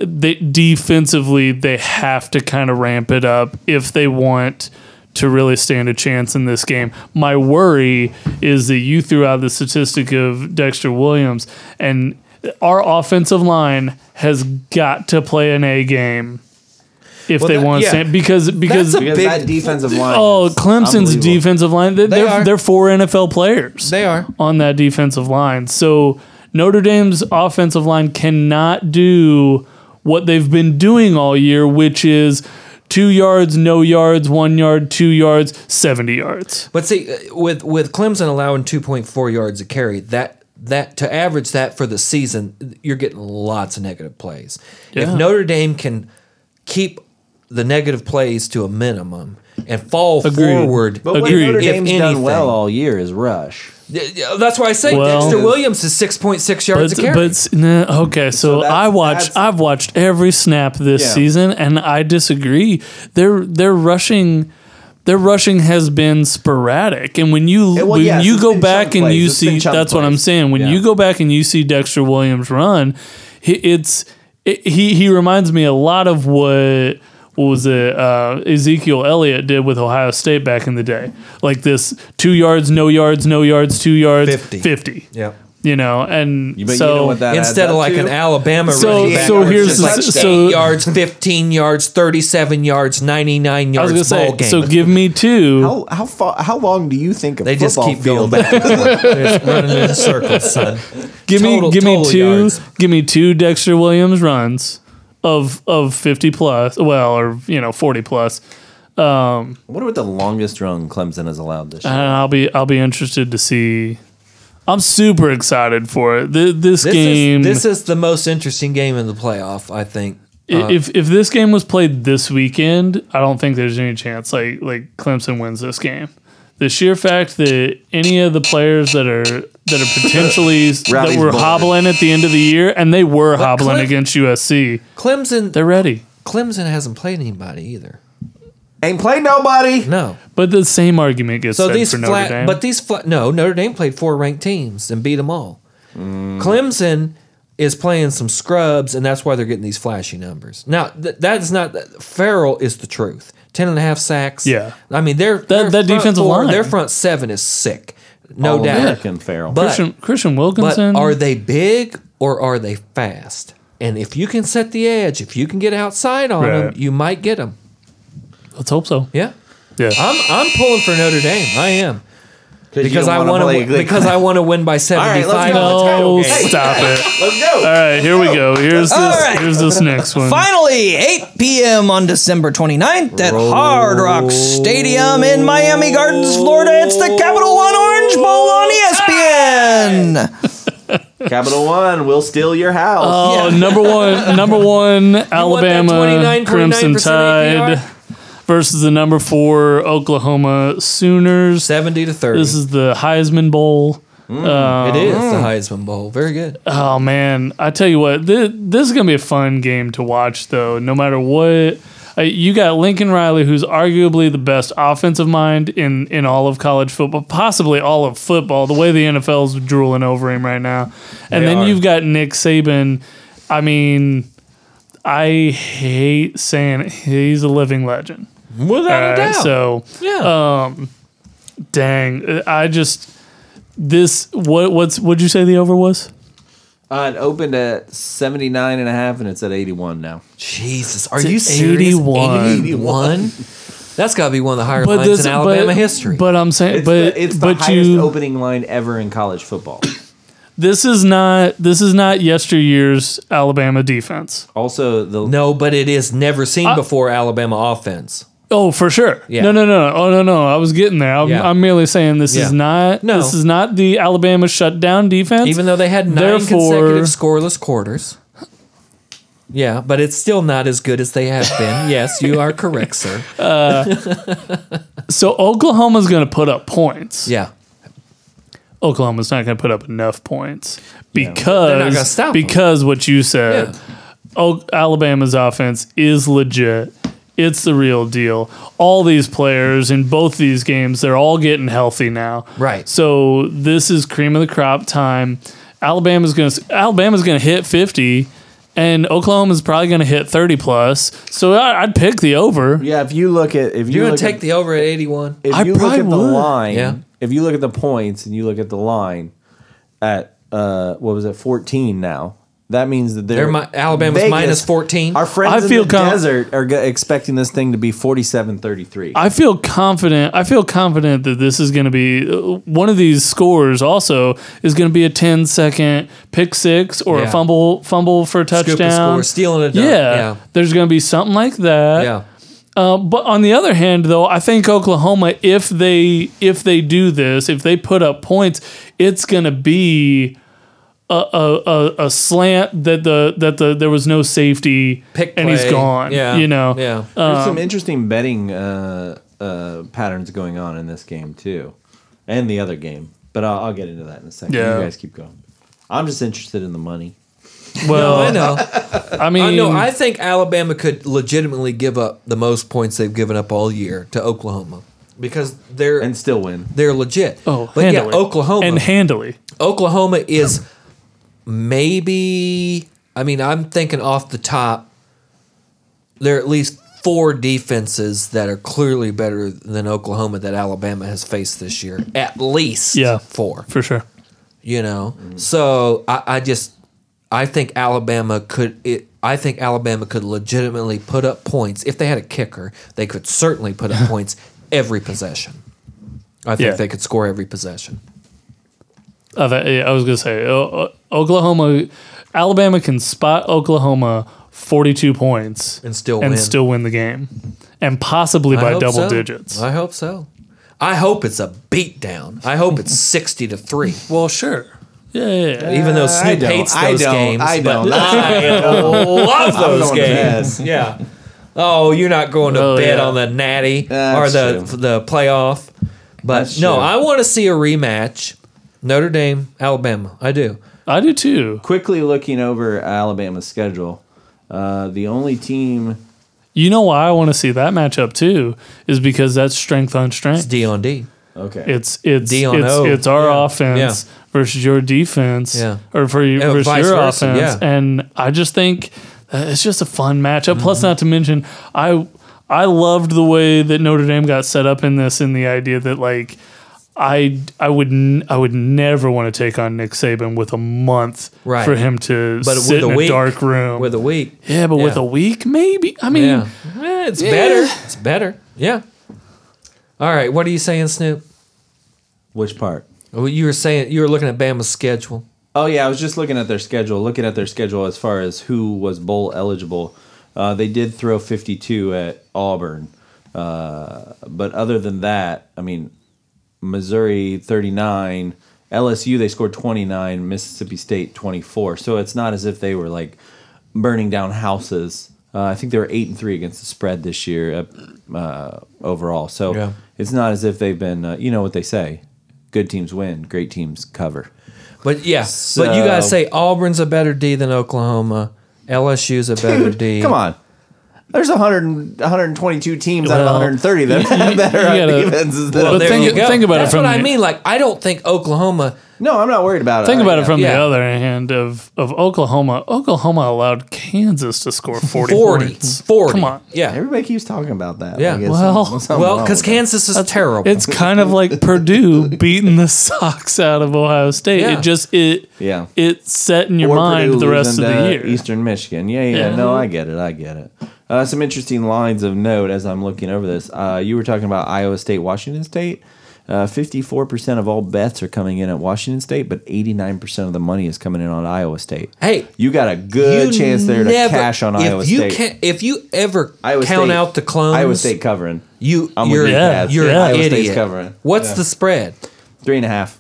Speaker 4: They, defensively, they have to kind of ramp it up if they want to really stand a chance in this game. My worry is that you threw out the statistic of Dexter Williams, and our offensive line has got to play an A game if they
Speaker 5: that-
Speaker 4: want to
Speaker 5: yeah.
Speaker 4: stand because because
Speaker 5: That's a-
Speaker 1: Because
Speaker 5: Big-
Speaker 1: that defensive line.
Speaker 4: oh
Speaker 1: is
Speaker 4: Clemson's
Speaker 1: unbelievable.
Speaker 4: defensive line they, are
Speaker 5: are.
Speaker 4: they're four NFL players
Speaker 5: They are.
Speaker 4: on that defensive line. So Notre Dame's offensive line cannot do what they've been doing all year, which is two yards, no yards, one yard, two yards, seventy yards.
Speaker 5: But see, uh, with with Clemson allowing 2.4 yards a carry, that that to average that for the season, you're getting lots of negative plays.
Speaker 4: Yeah.
Speaker 5: If Notre Dame can keep the negative plays to a minimum and fall
Speaker 4: Agreed.
Speaker 5: forward,
Speaker 1: But what
Speaker 4: Agreed.
Speaker 1: Notre
Speaker 5: If
Speaker 1: Dame's done
Speaker 5: anything.
Speaker 1: well all year is rush.
Speaker 5: Yeah, yeah, that's why I say
Speaker 4: Well-
Speaker 5: Dexter Williams is 6.6 yards
Speaker 4: But,
Speaker 5: a carry.
Speaker 4: but s- nah, okay, so,
Speaker 1: that's-
Speaker 4: I watched
Speaker 1: that's-
Speaker 4: I've watched every snap this
Speaker 1: Yeah.
Speaker 4: season, and I disagree. Their their rushing, their rushing has been sporadic, and when you
Speaker 1: well,
Speaker 4: when
Speaker 1: yes,
Speaker 4: you
Speaker 1: it's
Speaker 4: go
Speaker 1: been
Speaker 4: back
Speaker 1: chunk
Speaker 4: and
Speaker 1: plays.
Speaker 4: you
Speaker 1: It's been
Speaker 4: see
Speaker 1: chunk
Speaker 4: that's what I'm
Speaker 1: plays.
Speaker 4: saying. When
Speaker 1: Yeah.
Speaker 4: you go back and you see Dexter Williams run, he- it's it, he he reminds me a lot of what. What was it? Uh, Ezekiel Elliott did with Ohio State back in the day, like this: two yards, no yards, no yards, two yards,
Speaker 5: 50.
Speaker 4: fifty
Speaker 5: yeah.
Speaker 4: you know, and
Speaker 1: But
Speaker 4: so
Speaker 1: you know what that adds
Speaker 5: Instead of
Speaker 1: up
Speaker 5: like
Speaker 1: to?
Speaker 5: an Alabama
Speaker 4: So-
Speaker 5: running back,
Speaker 4: so
Speaker 5: where it's
Speaker 4: here's
Speaker 5: just
Speaker 4: the-
Speaker 5: like
Speaker 4: so-
Speaker 5: eight yards, 15 yards, 37 yards, 99
Speaker 4: I
Speaker 5: yards.
Speaker 4: was gonna say,
Speaker 5: ball game.
Speaker 4: so give me two.
Speaker 1: How how far, how long do you think a
Speaker 5: They just
Speaker 1: football
Speaker 5: keep
Speaker 1: field
Speaker 5: going back. They're just running in circles, son.
Speaker 4: give me
Speaker 5: total-
Speaker 4: give me
Speaker 5: total
Speaker 4: two.
Speaker 5: yards.
Speaker 4: Give me two Dexter Williams runs of of fifty plus, well, or you know forty plus,
Speaker 1: I wonder what the longest run Clemson has allowed this year.
Speaker 4: and I'll be I'll be interested to see. I'm super excited for it. Th- this,
Speaker 5: This
Speaker 4: game,
Speaker 5: is this is the most interesting game in the playoff, I think.
Speaker 4: i- if if this game was played this weekend, I don't think there's any chance like like Clemson wins this game. The sheer fact that any of the players that are that are potentially that
Speaker 1: Rowdy's
Speaker 4: were
Speaker 1: bored.
Speaker 4: hobbling at the end of the year, and they were hobbling
Speaker 5: Clem-
Speaker 4: against USC,
Speaker 5: Clemson
Speaker 4: they're ready.
Speaker 5: Clemson hasn't played anybody either.
Speaker 1: Ain't played nobody.
Speaker 5: No.
Speaker 4: But the same argument gets
Speaker 5: So
Speaker 4: said
Speaker 5: these
Speaker 4: for Notre
Speaker 5: flat
Speaker 4: Dame.
Speaker 5: but these flat no, Notre Dame played four ranked teams and beat them all.
Speaker 4: Mm.
Speaker 5: Clemson is playing some scrubs, and that's why they're getting these flashy numbers. Now th- that is not Farrell is the truth. Ten and a half sacks.
Speaker 4: Yeah.
Speaker 5: I mean their their
Speaker 4: that
Speaker 5: front
Speaker 4: defensive
Speaker 5: four-
Speaker 4: line.
Speaker 5: their front seven is sick, no doubt.
Speaker 1: American Farrell.
Speaker 5: But
Speaker 4: Christian, Christian
Speaker 5: But
Speaker 4: Wilkinson.
Speaker 5: are they big or are they fast? And if you can set the edge, if you can get outside on them,
Speaker 4: Right.
Speaker 5: you might get them.
Speaker 4: let's hope so.
Speaker 5: Yeah.
Speaker 4: Yeah.
Speaker 5: I'm I'm pulling for Notre Dame. I am. Because I want to because I want to win by
Speaker 1: right, let's
Speaker 5: 75.
Speaker 1: go.
Speaker 4: oh,
Speaker 1: Let's go.
Speaker 4: stop it!
Speaker 1: Let's go.
Speaker 4: All right, here we go. Here's this.
Speaker 3: right.
Speaker 4: Here's this next one.
Speaker 3: Finally, 8 p.m. on December 29th at Hard Rock Stadium in Miami Gardens, Florida. It's the Capital One Orange Bowl on E ESPN.
Speaker 1: Capital One will steal your house.
Speaker 5: Uh,
Speaker 4: Oh,
Speaker 3: Yeah.
Speaker 4: number one, number one, Alabama
Speaker 5: 29,
Speaker 4: Crimson
Speaker 5: 49%
Speaker 4: Tide
Speaker 5: APR?
Speaker 4: versus the number four Oklahoma Sooners.
Speaker 5: 70 to 30.
Speaker 4: This is uh, the Heisman Bowl.
Speaker 5: it is the Heisman Bowl. Very good.
Speaker 4: Oh man, I tell you what, this, this is gonna be a fun game to watch though. No matter what, uh, you got Lincoln Riley, who's arguably the best offensive mind in in all of college football, possibly all of football. The way the NFL's drooling over him right now, and then
Speaker 1: are.
Speaker 4: you've got Nick Saban. I mean, I hate saying it, he's a living legend.
Speaker 5: Without
Speaker 4: All right, so uh,
Speaker 5: yeah.
Speaker 4: dang, uh, I just this what what's what'd you say the over was?
Speaker 1: Uh, it opened at 79 and a half and it's at 81 now.
Speaker 5: Jesus. Are you
Speaker 4: It's
Speaker 5: serious?
Speaker 4: 81.
Speaker 5: 81? That's got to be one of the higher lines
Speaker 4: this-
Speaker 5: in Alabama history.
Speaker 4: But I'm saying,
Speaker 1: It's
Speaker 4: but
Speaker 1: the, it's the
Speaker 4: but
Speaker 1: highest
Speaker 4: you,
Speaker 1: opening line ever in college football.
Speaker 4: this is not this is not yesteryear's Alabama defense.
Speaker 1: Also, the
Speaker 5: no, but it is never seen before Alabama offense.
Speaker 4: Oh, for sure.
Speaker 5: Yeah.
Speaker 4: No, no, no. Oh, no, no. I was getting there. I'm,
Speaker 5: Yeah.
Speaker 4: I'm merely saying this
Speaker 5: Yeah.
Speaker 4: is not.
Speaker 5: No.
Speaker 4: This is not the Alabama shutdown defense.
Speaker 5: Even though they had nine
Speaker 4: Therefore-
Speaker 5: consecutive scoreless quarters. Yeah, but it's still not as good as they have been. yes, you are correct, sir.
Speaker 4: so Oklahoma's going to put up points.
Speaker 5: Yeah.
Speaker 4: Oklahoma's not going to put up enough points
Speaker 5: not
Speaker 4: because
Speaker 5: gonna stop 'em.
Speaker 4: because what you said.
Speaker 5: Yeah.
Speaker 4: O- Alabama's offense is legit. It's the real deal. All these players in both these games, they're all getting healthy now.
Speaker 5: Right.
Speaker 4: So this is cream of the crop time. Alabama's going to Alabama's going to hit 50 and Oklahoma's probably going to hit 30 plus. So I, I'd pick the over.
Speaker 1: yeah, if you look at if you
Speaker 5: You're going
Speaker 1: look
Speaker 5: to take
Speaker 1: at,
Speaker 5: the over at 81?
Speaker 1: if
Speaker 4: I
Speaker 1: you look
Speaker 4: probably
Speaker 1: at the
Speaker 4: would.
Speaker 1: line,
Speaker 5: Yeah.
Speaker 1: if you look at the points and you look at the line at uh, what was it, 14 now. That means that they're,
Speaker 5: They're mi- Alabama's minus 14.
Speaker 1: Our friends
Speaker 4: I
Speaker 1: in
Speaker 4: feel
Speaker 1: the
Speaker 4: com-
Speaker 1: desert are g- expecting this thing to be 47-33.
Speaker 4: I feel confident. I feel confident that this is going to be uh, one of these scores. Also, is going to be a 10 second pick six or
Speaker 5: Yeah.
Speaker 4: a fumble fumble for a
Speaker 5: Scoop a
Speaker 4: touchdown.
Speaker 5: score, stealing a dunk.
Speaker 4: yeah.
Speaker 5: Yeah.
Speaker 4: there's going to be something like that.
Speaker 5: Yeah.
Speaker 4: Uh, but on the other hand, though, I think Oklahoma, if they if they do this, if they put up points, it's going to be a, a, a, a slant that the that the there was no safety
Speaker 5: Pick
Speaker 4: and he's
Speaker 5: play.
Speaker 4: gone.
Speaker 5: Yeah.
Speaker 4: you know.
Speaker 5: Yeah.
Speaker 1: There's some interesting betting uh, uh, patterns going on in this game too, and the other game. But I'll, I'll get into that in a second.
Speaker 4: Yeah.
Speaker 1: You guys keep going. I'm just interested in the money.
Speaker 4: Well,
Speaker 5: I know.
Speaker 4: I mean,
Speaker 5: I know. I think Alabama could legitimately give up the most points they've given up all year to Oklahoma because they're
Speaker 1: and still win.
Speaker 5: they're legit.
Speaker 4: Oh,
Speaker 5: but yeah,
Speaker 4: handily.
Speaker 5: Oklahoma.
Speaker 4: and handily.
Speaker 5: Oklahoma is maybe. I mean, I'm thinking off the top. There are at least four defenses that are clearly better than Oklahoma that Alabama has faced this year. At least
Speaker 4: Yeah.
Speaker 5: four
Speaker 4: for sure.
Speaker 5: you know. So I, I just I think Alabama could it. I think Alabama could legitimately put up points if they had a kicker. They could certainly put up points every possession. I think
Speaker 4: Yeah.
Speaker 5: they could score every possession.
Speaker 4: Of it, yeah, I was gonna say O- O- Oklahoma, Alabama can spot Oklahoma forty-two points
Speaker 5: And still
Speaker 4: and
Speaker 5: win.
Speaker 4: still win the game, and possibly
Speaker 5: I
Speaker 4: by
Speaker 5: hope
Speaker 4: double
Speaker 5: so.
Speaker 4: digits.
Speaker 5: I hope so. I hope it's a beatdown. I hope it's sixty to three.
Speaker 4: well, sure. Yeah, yeah, yeah.
Speaker 5: Even though Snoop
Speaker 1: don't,
Speaker 5: hates
Speaker 1: Uh, I
Speaker 5: those
Speaker 1: don't,
Speaker 5: games,
Speaker 1: I
Speaker 5: but
Speaker 1: don't.
Speaker 5: I love those
Speaker 1: going to
Speaker 5: games. Yeah. Oh, you're not going to
Speaker 4: Oh,
Speaker 5: bed
Speaker 4: yeah.
Speaker 5: on the natty
Speaker 1: That's
Speaker 5: or the
Speaker 1: true.
Speaker 5: the playoff. But
Speaker 1: That's
Speaker 5: no,
Speaker 1: true.
Speaker 5: I want to see a rematch. Notre Dame, Alabama. I do.
Speaker 4: I do too.
Speaker 1: Quickly looking over Alabama's schedule, uh, the only team
Speaker 4: You know why I want to see that matchup too is because that's strength on
Speaker 5: It's
Speaker 4: strength.
Speaker 5: D on D.
Speaker 1: okay,
Speaker 4: It's it's
Speaker 5: D on
Speaker 4: it's,
Speaker 5: O.
Speaker 4: it's our
Speaker 5: Yeah.
Speaker 4: offense versus your defense,
Speaker 5: Yeah.
Speaker 4: or for you
Speaker 5: Yeah,
Speaker 4: versus
Speaker 5: vice
Speaker 4: your
Speaker 5: versa,
Speaker 4: offense.
Speaker 5: yeah.
Speaker 4: And I just think that it's just a fun matchup. Plus,
Speaker 5: Mm-hmm.
Speaker 4: not to mention, I I loved the way that Notre Dame got set up in this, and the idea that like I I would n- I would never want to take on Nick Saban with a month
Speaker 5: Right.
Speaker 4: for him to
Speaker 5: But
Speaker 4: sit
Speaker 5: with
Speaker 4: in
Speaker 5: a
Speaker 4: a,
Speaker 5: week,
Speaker 4: dark room.
Speaker 5: with a week.
Speaker 4: yeah, but with
Speaker 5: yeah.
Speaker 4: a week, maybe. I mean.
Speaker 5: Yeah. Eh, it's better. It's better. Yeah. All right. What are you saying, Snoop?
Speaker 1: which part?
Speaker 5: Oh, You were saying you were looking at Bama's schedule.
Speaker 1: Oh yeah, I was just looking at their schedule. Looking at their schedule as far as who was bowl eligible, uh, they did throw fifty-two at Auburn, uh, but other than that, I mean, Missouri thirty-nine, LSU they scored twenty-nine, Mississippi State twenty-four. So it's not as if they were like burning down houses. Uh, I think they were eight and three against the spread this year uh, uh, overall. So
Speaker 5: Yeah.
Speaker 1: it's not as if they've been, uh, you know what they say: good teams win, great teams cover.
Speaker 5: But yeah, but you guys
Speaker 1: So-
Speaker 5: say Auburn's a better D than Oklahoma. LSU's a better D.
Speaker 1: Come on. There's 100, 122 teams out of
Speaker 4: Well,
Speaker 1: 140 that, that
Speaker 4: you
Speaker 1: are on
Speaker 4: gotta-
Speaker 1: defenses. That
Speaker 4: Well,
Speaker 5: There
Speaker 4: Think-
Speaker 5: you go.
Speaker 4: think about it
Speaker 5: That's
Speaker 4: from
Speaker 5: what I
Speaker 4: the-
Speaker 5: mean. Like I don't think Oklahoma.
Speaker 1: no, I'm not worried about it.
Speaker 4: Think
Speaker 1: I-
Speaker 4: about it from the
Speaker 5: Yeah.
Speaker 4: other hand of of Oklahoma. Oklahoma allowed Kansas to score 40,
Speaker 5: 40,
Speaker 4: points.
Speaker 5: 40.
Speaker 4: Come on.
Speaker 5: Yeah.
Speaker 1: Everybody keeps talking about that.
Speaker 5: Yeah.
Speaker 1: it's
Speaker 4: Well-
Speaker 1: something- something
Speaker 5: Well,
Speaker 1: wrong
Speaker 5: because
Speaker 1: with it.
Speaker 5: Kansas is terrible.
Speaker 4: It's kind of like Purdue beating the socks out of Ohio State.
Speaker 5: Yeah.
Speaker 4: It just it
Speaker 1: Yeah.
Speaker 4: it set in your
Speaker 1: Or
Speaker 4: mind
Speaker 1: Purdue
Speaker 4: the rest of
Speaker 1: losing
Speaker 4: the
Speaker 1: to
Speaker 4: year.
Speaker 1: Eastern Michigan. Yeah, yeah,
Speaker 4: Yeah.
Speaker 1: No, I get it. I get it. Uh, some interesting lines of note as I'm looking over this. Uh, you were talking about Iowa State, Washington State. Uh, 54% of all bets are coming in at Washington State, but 89% of the money is coming in on Iowa State.
Speaker 5: Hey,
Speaker 1: you got a good
Speaker 5: You
Speaker 1: chance there to
Speaker 5: never-
Speaker 1: cash on
Speaker 5: if
Speaker 1: Iowa
Speaker 5: you
Speaker 1: State.
Speaker 5: Can, if you ever
Speaker 1: Iowa
Speaker 5: count
Speaker 1: State-
Speaker 5: out the clones,
Speaker 1: Iowa State covering.
Speaker 5: you
Speaker 1: I'm with
Speaker 5: you're
Speaker 1: you,
Speaker 4: Chaz.
Speaker 5: you're
Speaker 4: Yeah.
Speaker 5: an
Speaker 1: Iowa
Speaker 5: idiot.
Speaker 1: State's covering.
Speaker 5: What's
Speaker 1: Yeah.
Speaker 5: the spread?
Speaker 1: Three and a half.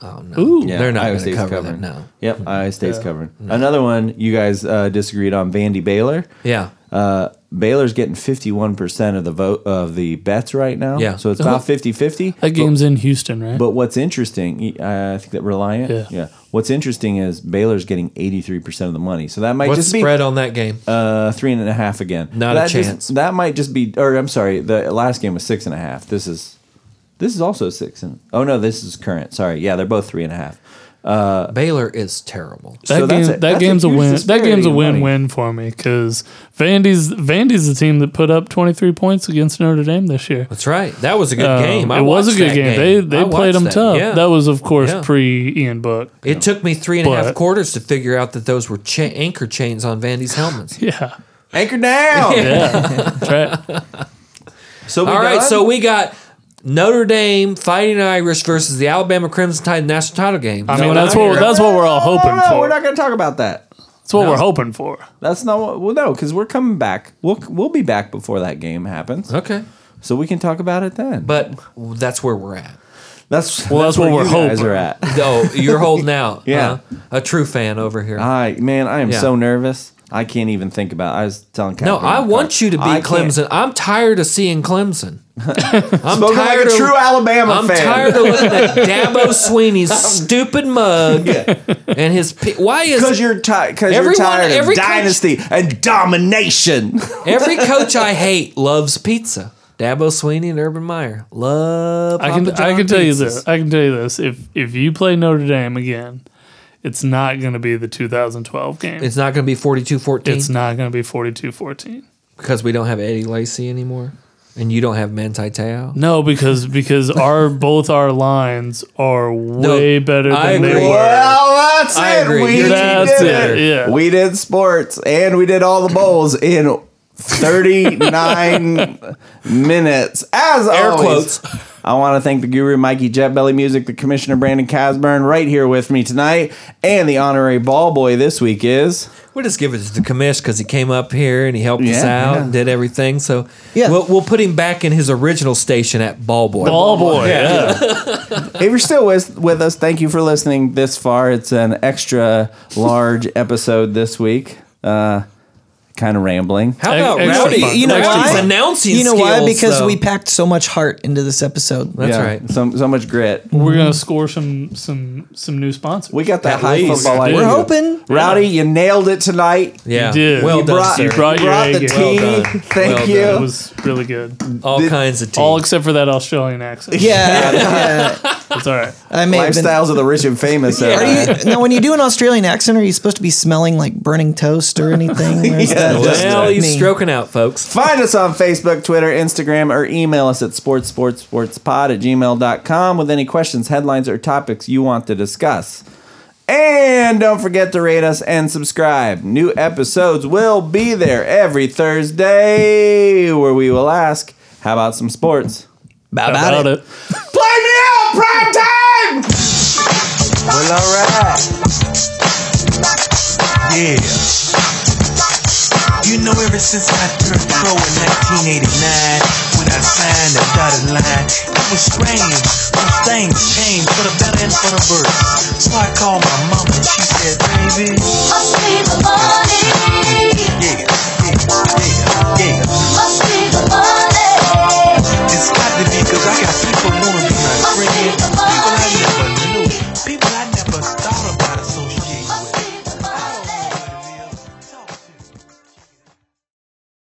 Speaker 5: Oh no,
Speaker 4: Ooh.
Speaker 1: Yeah,
Speaker 5: they're not
Speaker 1: Iowa
Speaker 5: going to
Speaker 1: State's
Speaker 5: cover that
Speaker 1: covering.
Speaker 5: now.
Speaker 1: Yep, Iowa State's covering. Another one you guys uh, disagreed on, Vandy Baylor.
Speaker 5: Yeah,
Speaker 1: Uh, Baylor's getting 51% of the vote of the bets right now.
Speaker 5: Yeah.
Speaker 1: So it's about 50 50.
Speaker 4: That game's in Houston, right?
Speaker 1: But what's interesting, uh, I think that Reliant.
Speaker 4: Yeah.
Speaker 1: What's interesting is Baylor's getting 83% of the money. So that might
Speaker 5: what's
Speaker 1: just
Speaker 5: the
Speaker 1: be
Speaker 5: spread on that game?
Speaker 1: Uh, three and a half again.
Speaker 5: Not a
Speaker 1: that just-
Speaker 5: chance.
Speaker 1: that might just be, or I'm sorry, the last game was six and a half. This is, this is also six and. Oh no, this is current. Sorry, yeah, they're both three and a half.
Speaker 5: Baylor is terrible.
Speaker 4: That
Speaker 1: So
Speaker 4: game,
Speaker 1: that's it.
Speaker 4: that
Speaker 1: That's a
Speaker 4: game's a
Speaker 1: huge
Speaker 4: win. That
Speaker 1: disparity
Speaker 4: game's a
Speaker 1: in money.
Speaker 4: win-win for me because Vandy's Vandy's the team that put up 23 points against Notre Dame this year.
Speaker 5: That's right. That was a good
Speaker 4: Um,
Speaker 5: game. I
Speaker 4: it was a
Speaker 5: watched
Speaker 4: good
Speaker 5: that
Speaker 4: game. They
Speaker 5: I
Speaker 4: they
Speaker 5: watched
Speaker 4: played them
Speaker 5: that.
Speaker 4: tough.
Speaker 5: Yeah.
Speaker 4: That was of course
Speaker 5: Yeah.
Speaker 4: pre Ian Book.
Speaker 5: it took me three and a half
Speaker 4: But-
Speaker 5: quarters to figure out that those were cha- anchor chains on Vandy's helmets.
Speaker 4: Yeah,
Speaker 1: Anchor down.
Speaker 4: yeah. That's right.
Speaker 1: So
Speaker 4: Oh
Speaker 1: we
Speaker 5: All right,
Speaker 1: done?
Speaker 5: so we got Notre Dame fighting Irish versus the Alabama Crimson Tide national title game.
Speaker 4: I
Speaker 5: No,
Speaker 4: mean,
Speaker 5: not
Speaker 4: that's what
Speaker 5: here.
Speaker 4: that's what we're all
Speaker 1: No,
Speaker 4: hoping
Speaker 1: no,
Speaker 4: for.
Speaker 1: we're not going to talk about that.
Speaker 4: that's what we're hoping for.
Speaker 1: That's not what. Well, no, because we're coming back. We'll we'll be back before that game happens,
Speaker 5: okay.
Speaker 1: so we can talk about it then.
Speaker 5: But that's where we're at.
Speaker 1: that's
Speaker 4: Well, that's what we're
Speaker 1: you guys
Speaker 4: hoping.
Speaker 1: are at.
Speaker 5: Oh, you're holding out.
Speaker 1: Yeah.
Speaker 5: huh? a true fan over here.
Speaker 1: I man, I am
Speaker 5: Yeah.
Speaker 1: so nervous. I can't even think about. I was telling Catherine.
Speaker 5: no, I want you to beat
Speaker 1: I can't-
Speaker 5: Clemson. I'm tired of seeing Clemson. I'm
Speaker 1: Spoken like a
Speaker 5: of-
Speaker 1: true Alabama
Speaker 5: I'm
Speaker 1: fan.
Speaker 5: tired of looking at Dabo Sweeney's stupid mug and his. Pe- Why
Speaker 1: because
Speaker 5: is
Speaker 1: you're tired. Because you're
Speaker 5: Everyone-
Speaker 1: tired
Speaker 5: every
Speaker 1: of
Speaker 5: coach-
Speaker 1: dynasty and domination.
Speaker 5: every coach I hate loves pizza? Dabo Sweeney and Urban Meyer love.
Speaker 4: I can
Speaker 5: Papa
Speaker 4: I
Speaker 5: John
Speaker 4: can tell you
Speaker 5: pizzas.
Speaker 4: this. I can tell you this. If if you play Notre Dame again, it's not going to be the 2012 game.
Speaker 5: It's not going to be 42-14
Speaker 4: it's not going to be 42-14.
Speaker 5: because we don't have Eddie Lacy anymore, and you don't have Manti Te'o.
Speaker 4: No, because because our both our lines are way better than
Speaker 5: I
Speaker 4: they
Speaker 5: agree.
Speaker 4: were.
Speaker 1: well, that's
Speaker 5: I
Speaker 1: it.
Speaker 5: agree.
Speaker 1: We
Speaker 4: That's
Speaker 1: did
Speaker 4: it, yeah.
Speaker 1: We did sports and we did all the bowls in 39 minutes. As
Speaker 5: Air
Speaker 1: always, I want to thank the guru Mikey Jetbelly Music, the commissioner Brandon Casburn, right here with me tonight, and the honorary ball boy this week is.
Speaker 5: We'll just give it to the commish because he came up here and he helped us
Speaker 1: Yeah,
Speaker 5: out
Speaker 1: yeah.
Speaker 5: and did everything. So
Speaker 3: Yeah.
Speaker 5: we'll, we'll put him back in his original station at Ball Boy.
Speaker 4: Ball boy, yeah.
Speaker 1: If you're still with, with us, thank you for listening this far. It's an extra large episode this week. Uh, kind of rambling.
Speaker 5: How about
Speaker 4: Ex- extra
Speaker 5: Rowdy?
Speaker 4: fun.
Speaker 5: You know
Speaker 4: Extra
Speaker 5: why?
Speaker 4: fun.
Speaker 5: Pronouncing
Speaker 3: You know why?
Speaker 5: skills,
Speaker 3: Because
Speaker 5: though.
Speaker 3: we packed so much heart into this episode.
Speaker 5: That's right.
Speaker 1: So, so much grit.
Speaker 4: We're gonna score some some some new sponsors.
Speaker 1: We got that
Speaker 5: At
Speaker 1: high
Speaker 5: least.
Speaker 1: football
Speaker 4: Dude.
Speaker 1: IQ.
Speaker 3: We're hoping.
Speaker 1: Rowdy, you nailed it tonight.
Speaker 5: Yeah.
Speaker 4: You did.
Speaker 5: Well
Speaker 4: You
Speaker 5: done,
Speaker 1: brought-
Speaker 5: sir.
Speaker 1: you
Speaker 4: brought your
Speaker 1: Brought
Speaker 4: A
Speaker 1: the
Speaker 4: game.
Speaker 1: tea.
Speaker 5: Well done.
Speaker 1: Thank
Speaker 5: Well
Speaker 1: you.
Speaker 4: It was really good.
Speaker 5: all kinds of teams.
Speaker 4: All except for that Australian accent.
Speaker 3: Yeah, yeah.
Speaker 4: It's all right.
Speaker 3: I may have been.
Speaker 1: Lifestyles of the rich and famous.
Speaker 3: Are
Speaker 1: uh,
Speaker 3: you, now, when you do an Australian accent, are you supposed to be smelling like burning toast or anything? Or is that just
Speaker 5: Well, he's
Speaker 3: me?
Speaker 5: stroking out, folks.
Speaker 1: Find us on Facebook, Twitter, Instagram, or email us at sportsportsportspod at gmail.com with any questions, headlines, or topics you want to discuss. And don't forget to rate us and subscribe. New episodes will be there every Thursday where we will ask, how about some sports?
Speaker 3: How about it?
Speaker 4: it.
Speaker 1: Play me out, prime time! Well, all right.
Speaker 6: Yeah. You know, ever since I turned pro in 1989, when I signed the dotted line, it was strange. But things changed for the better and for the worse. So I called my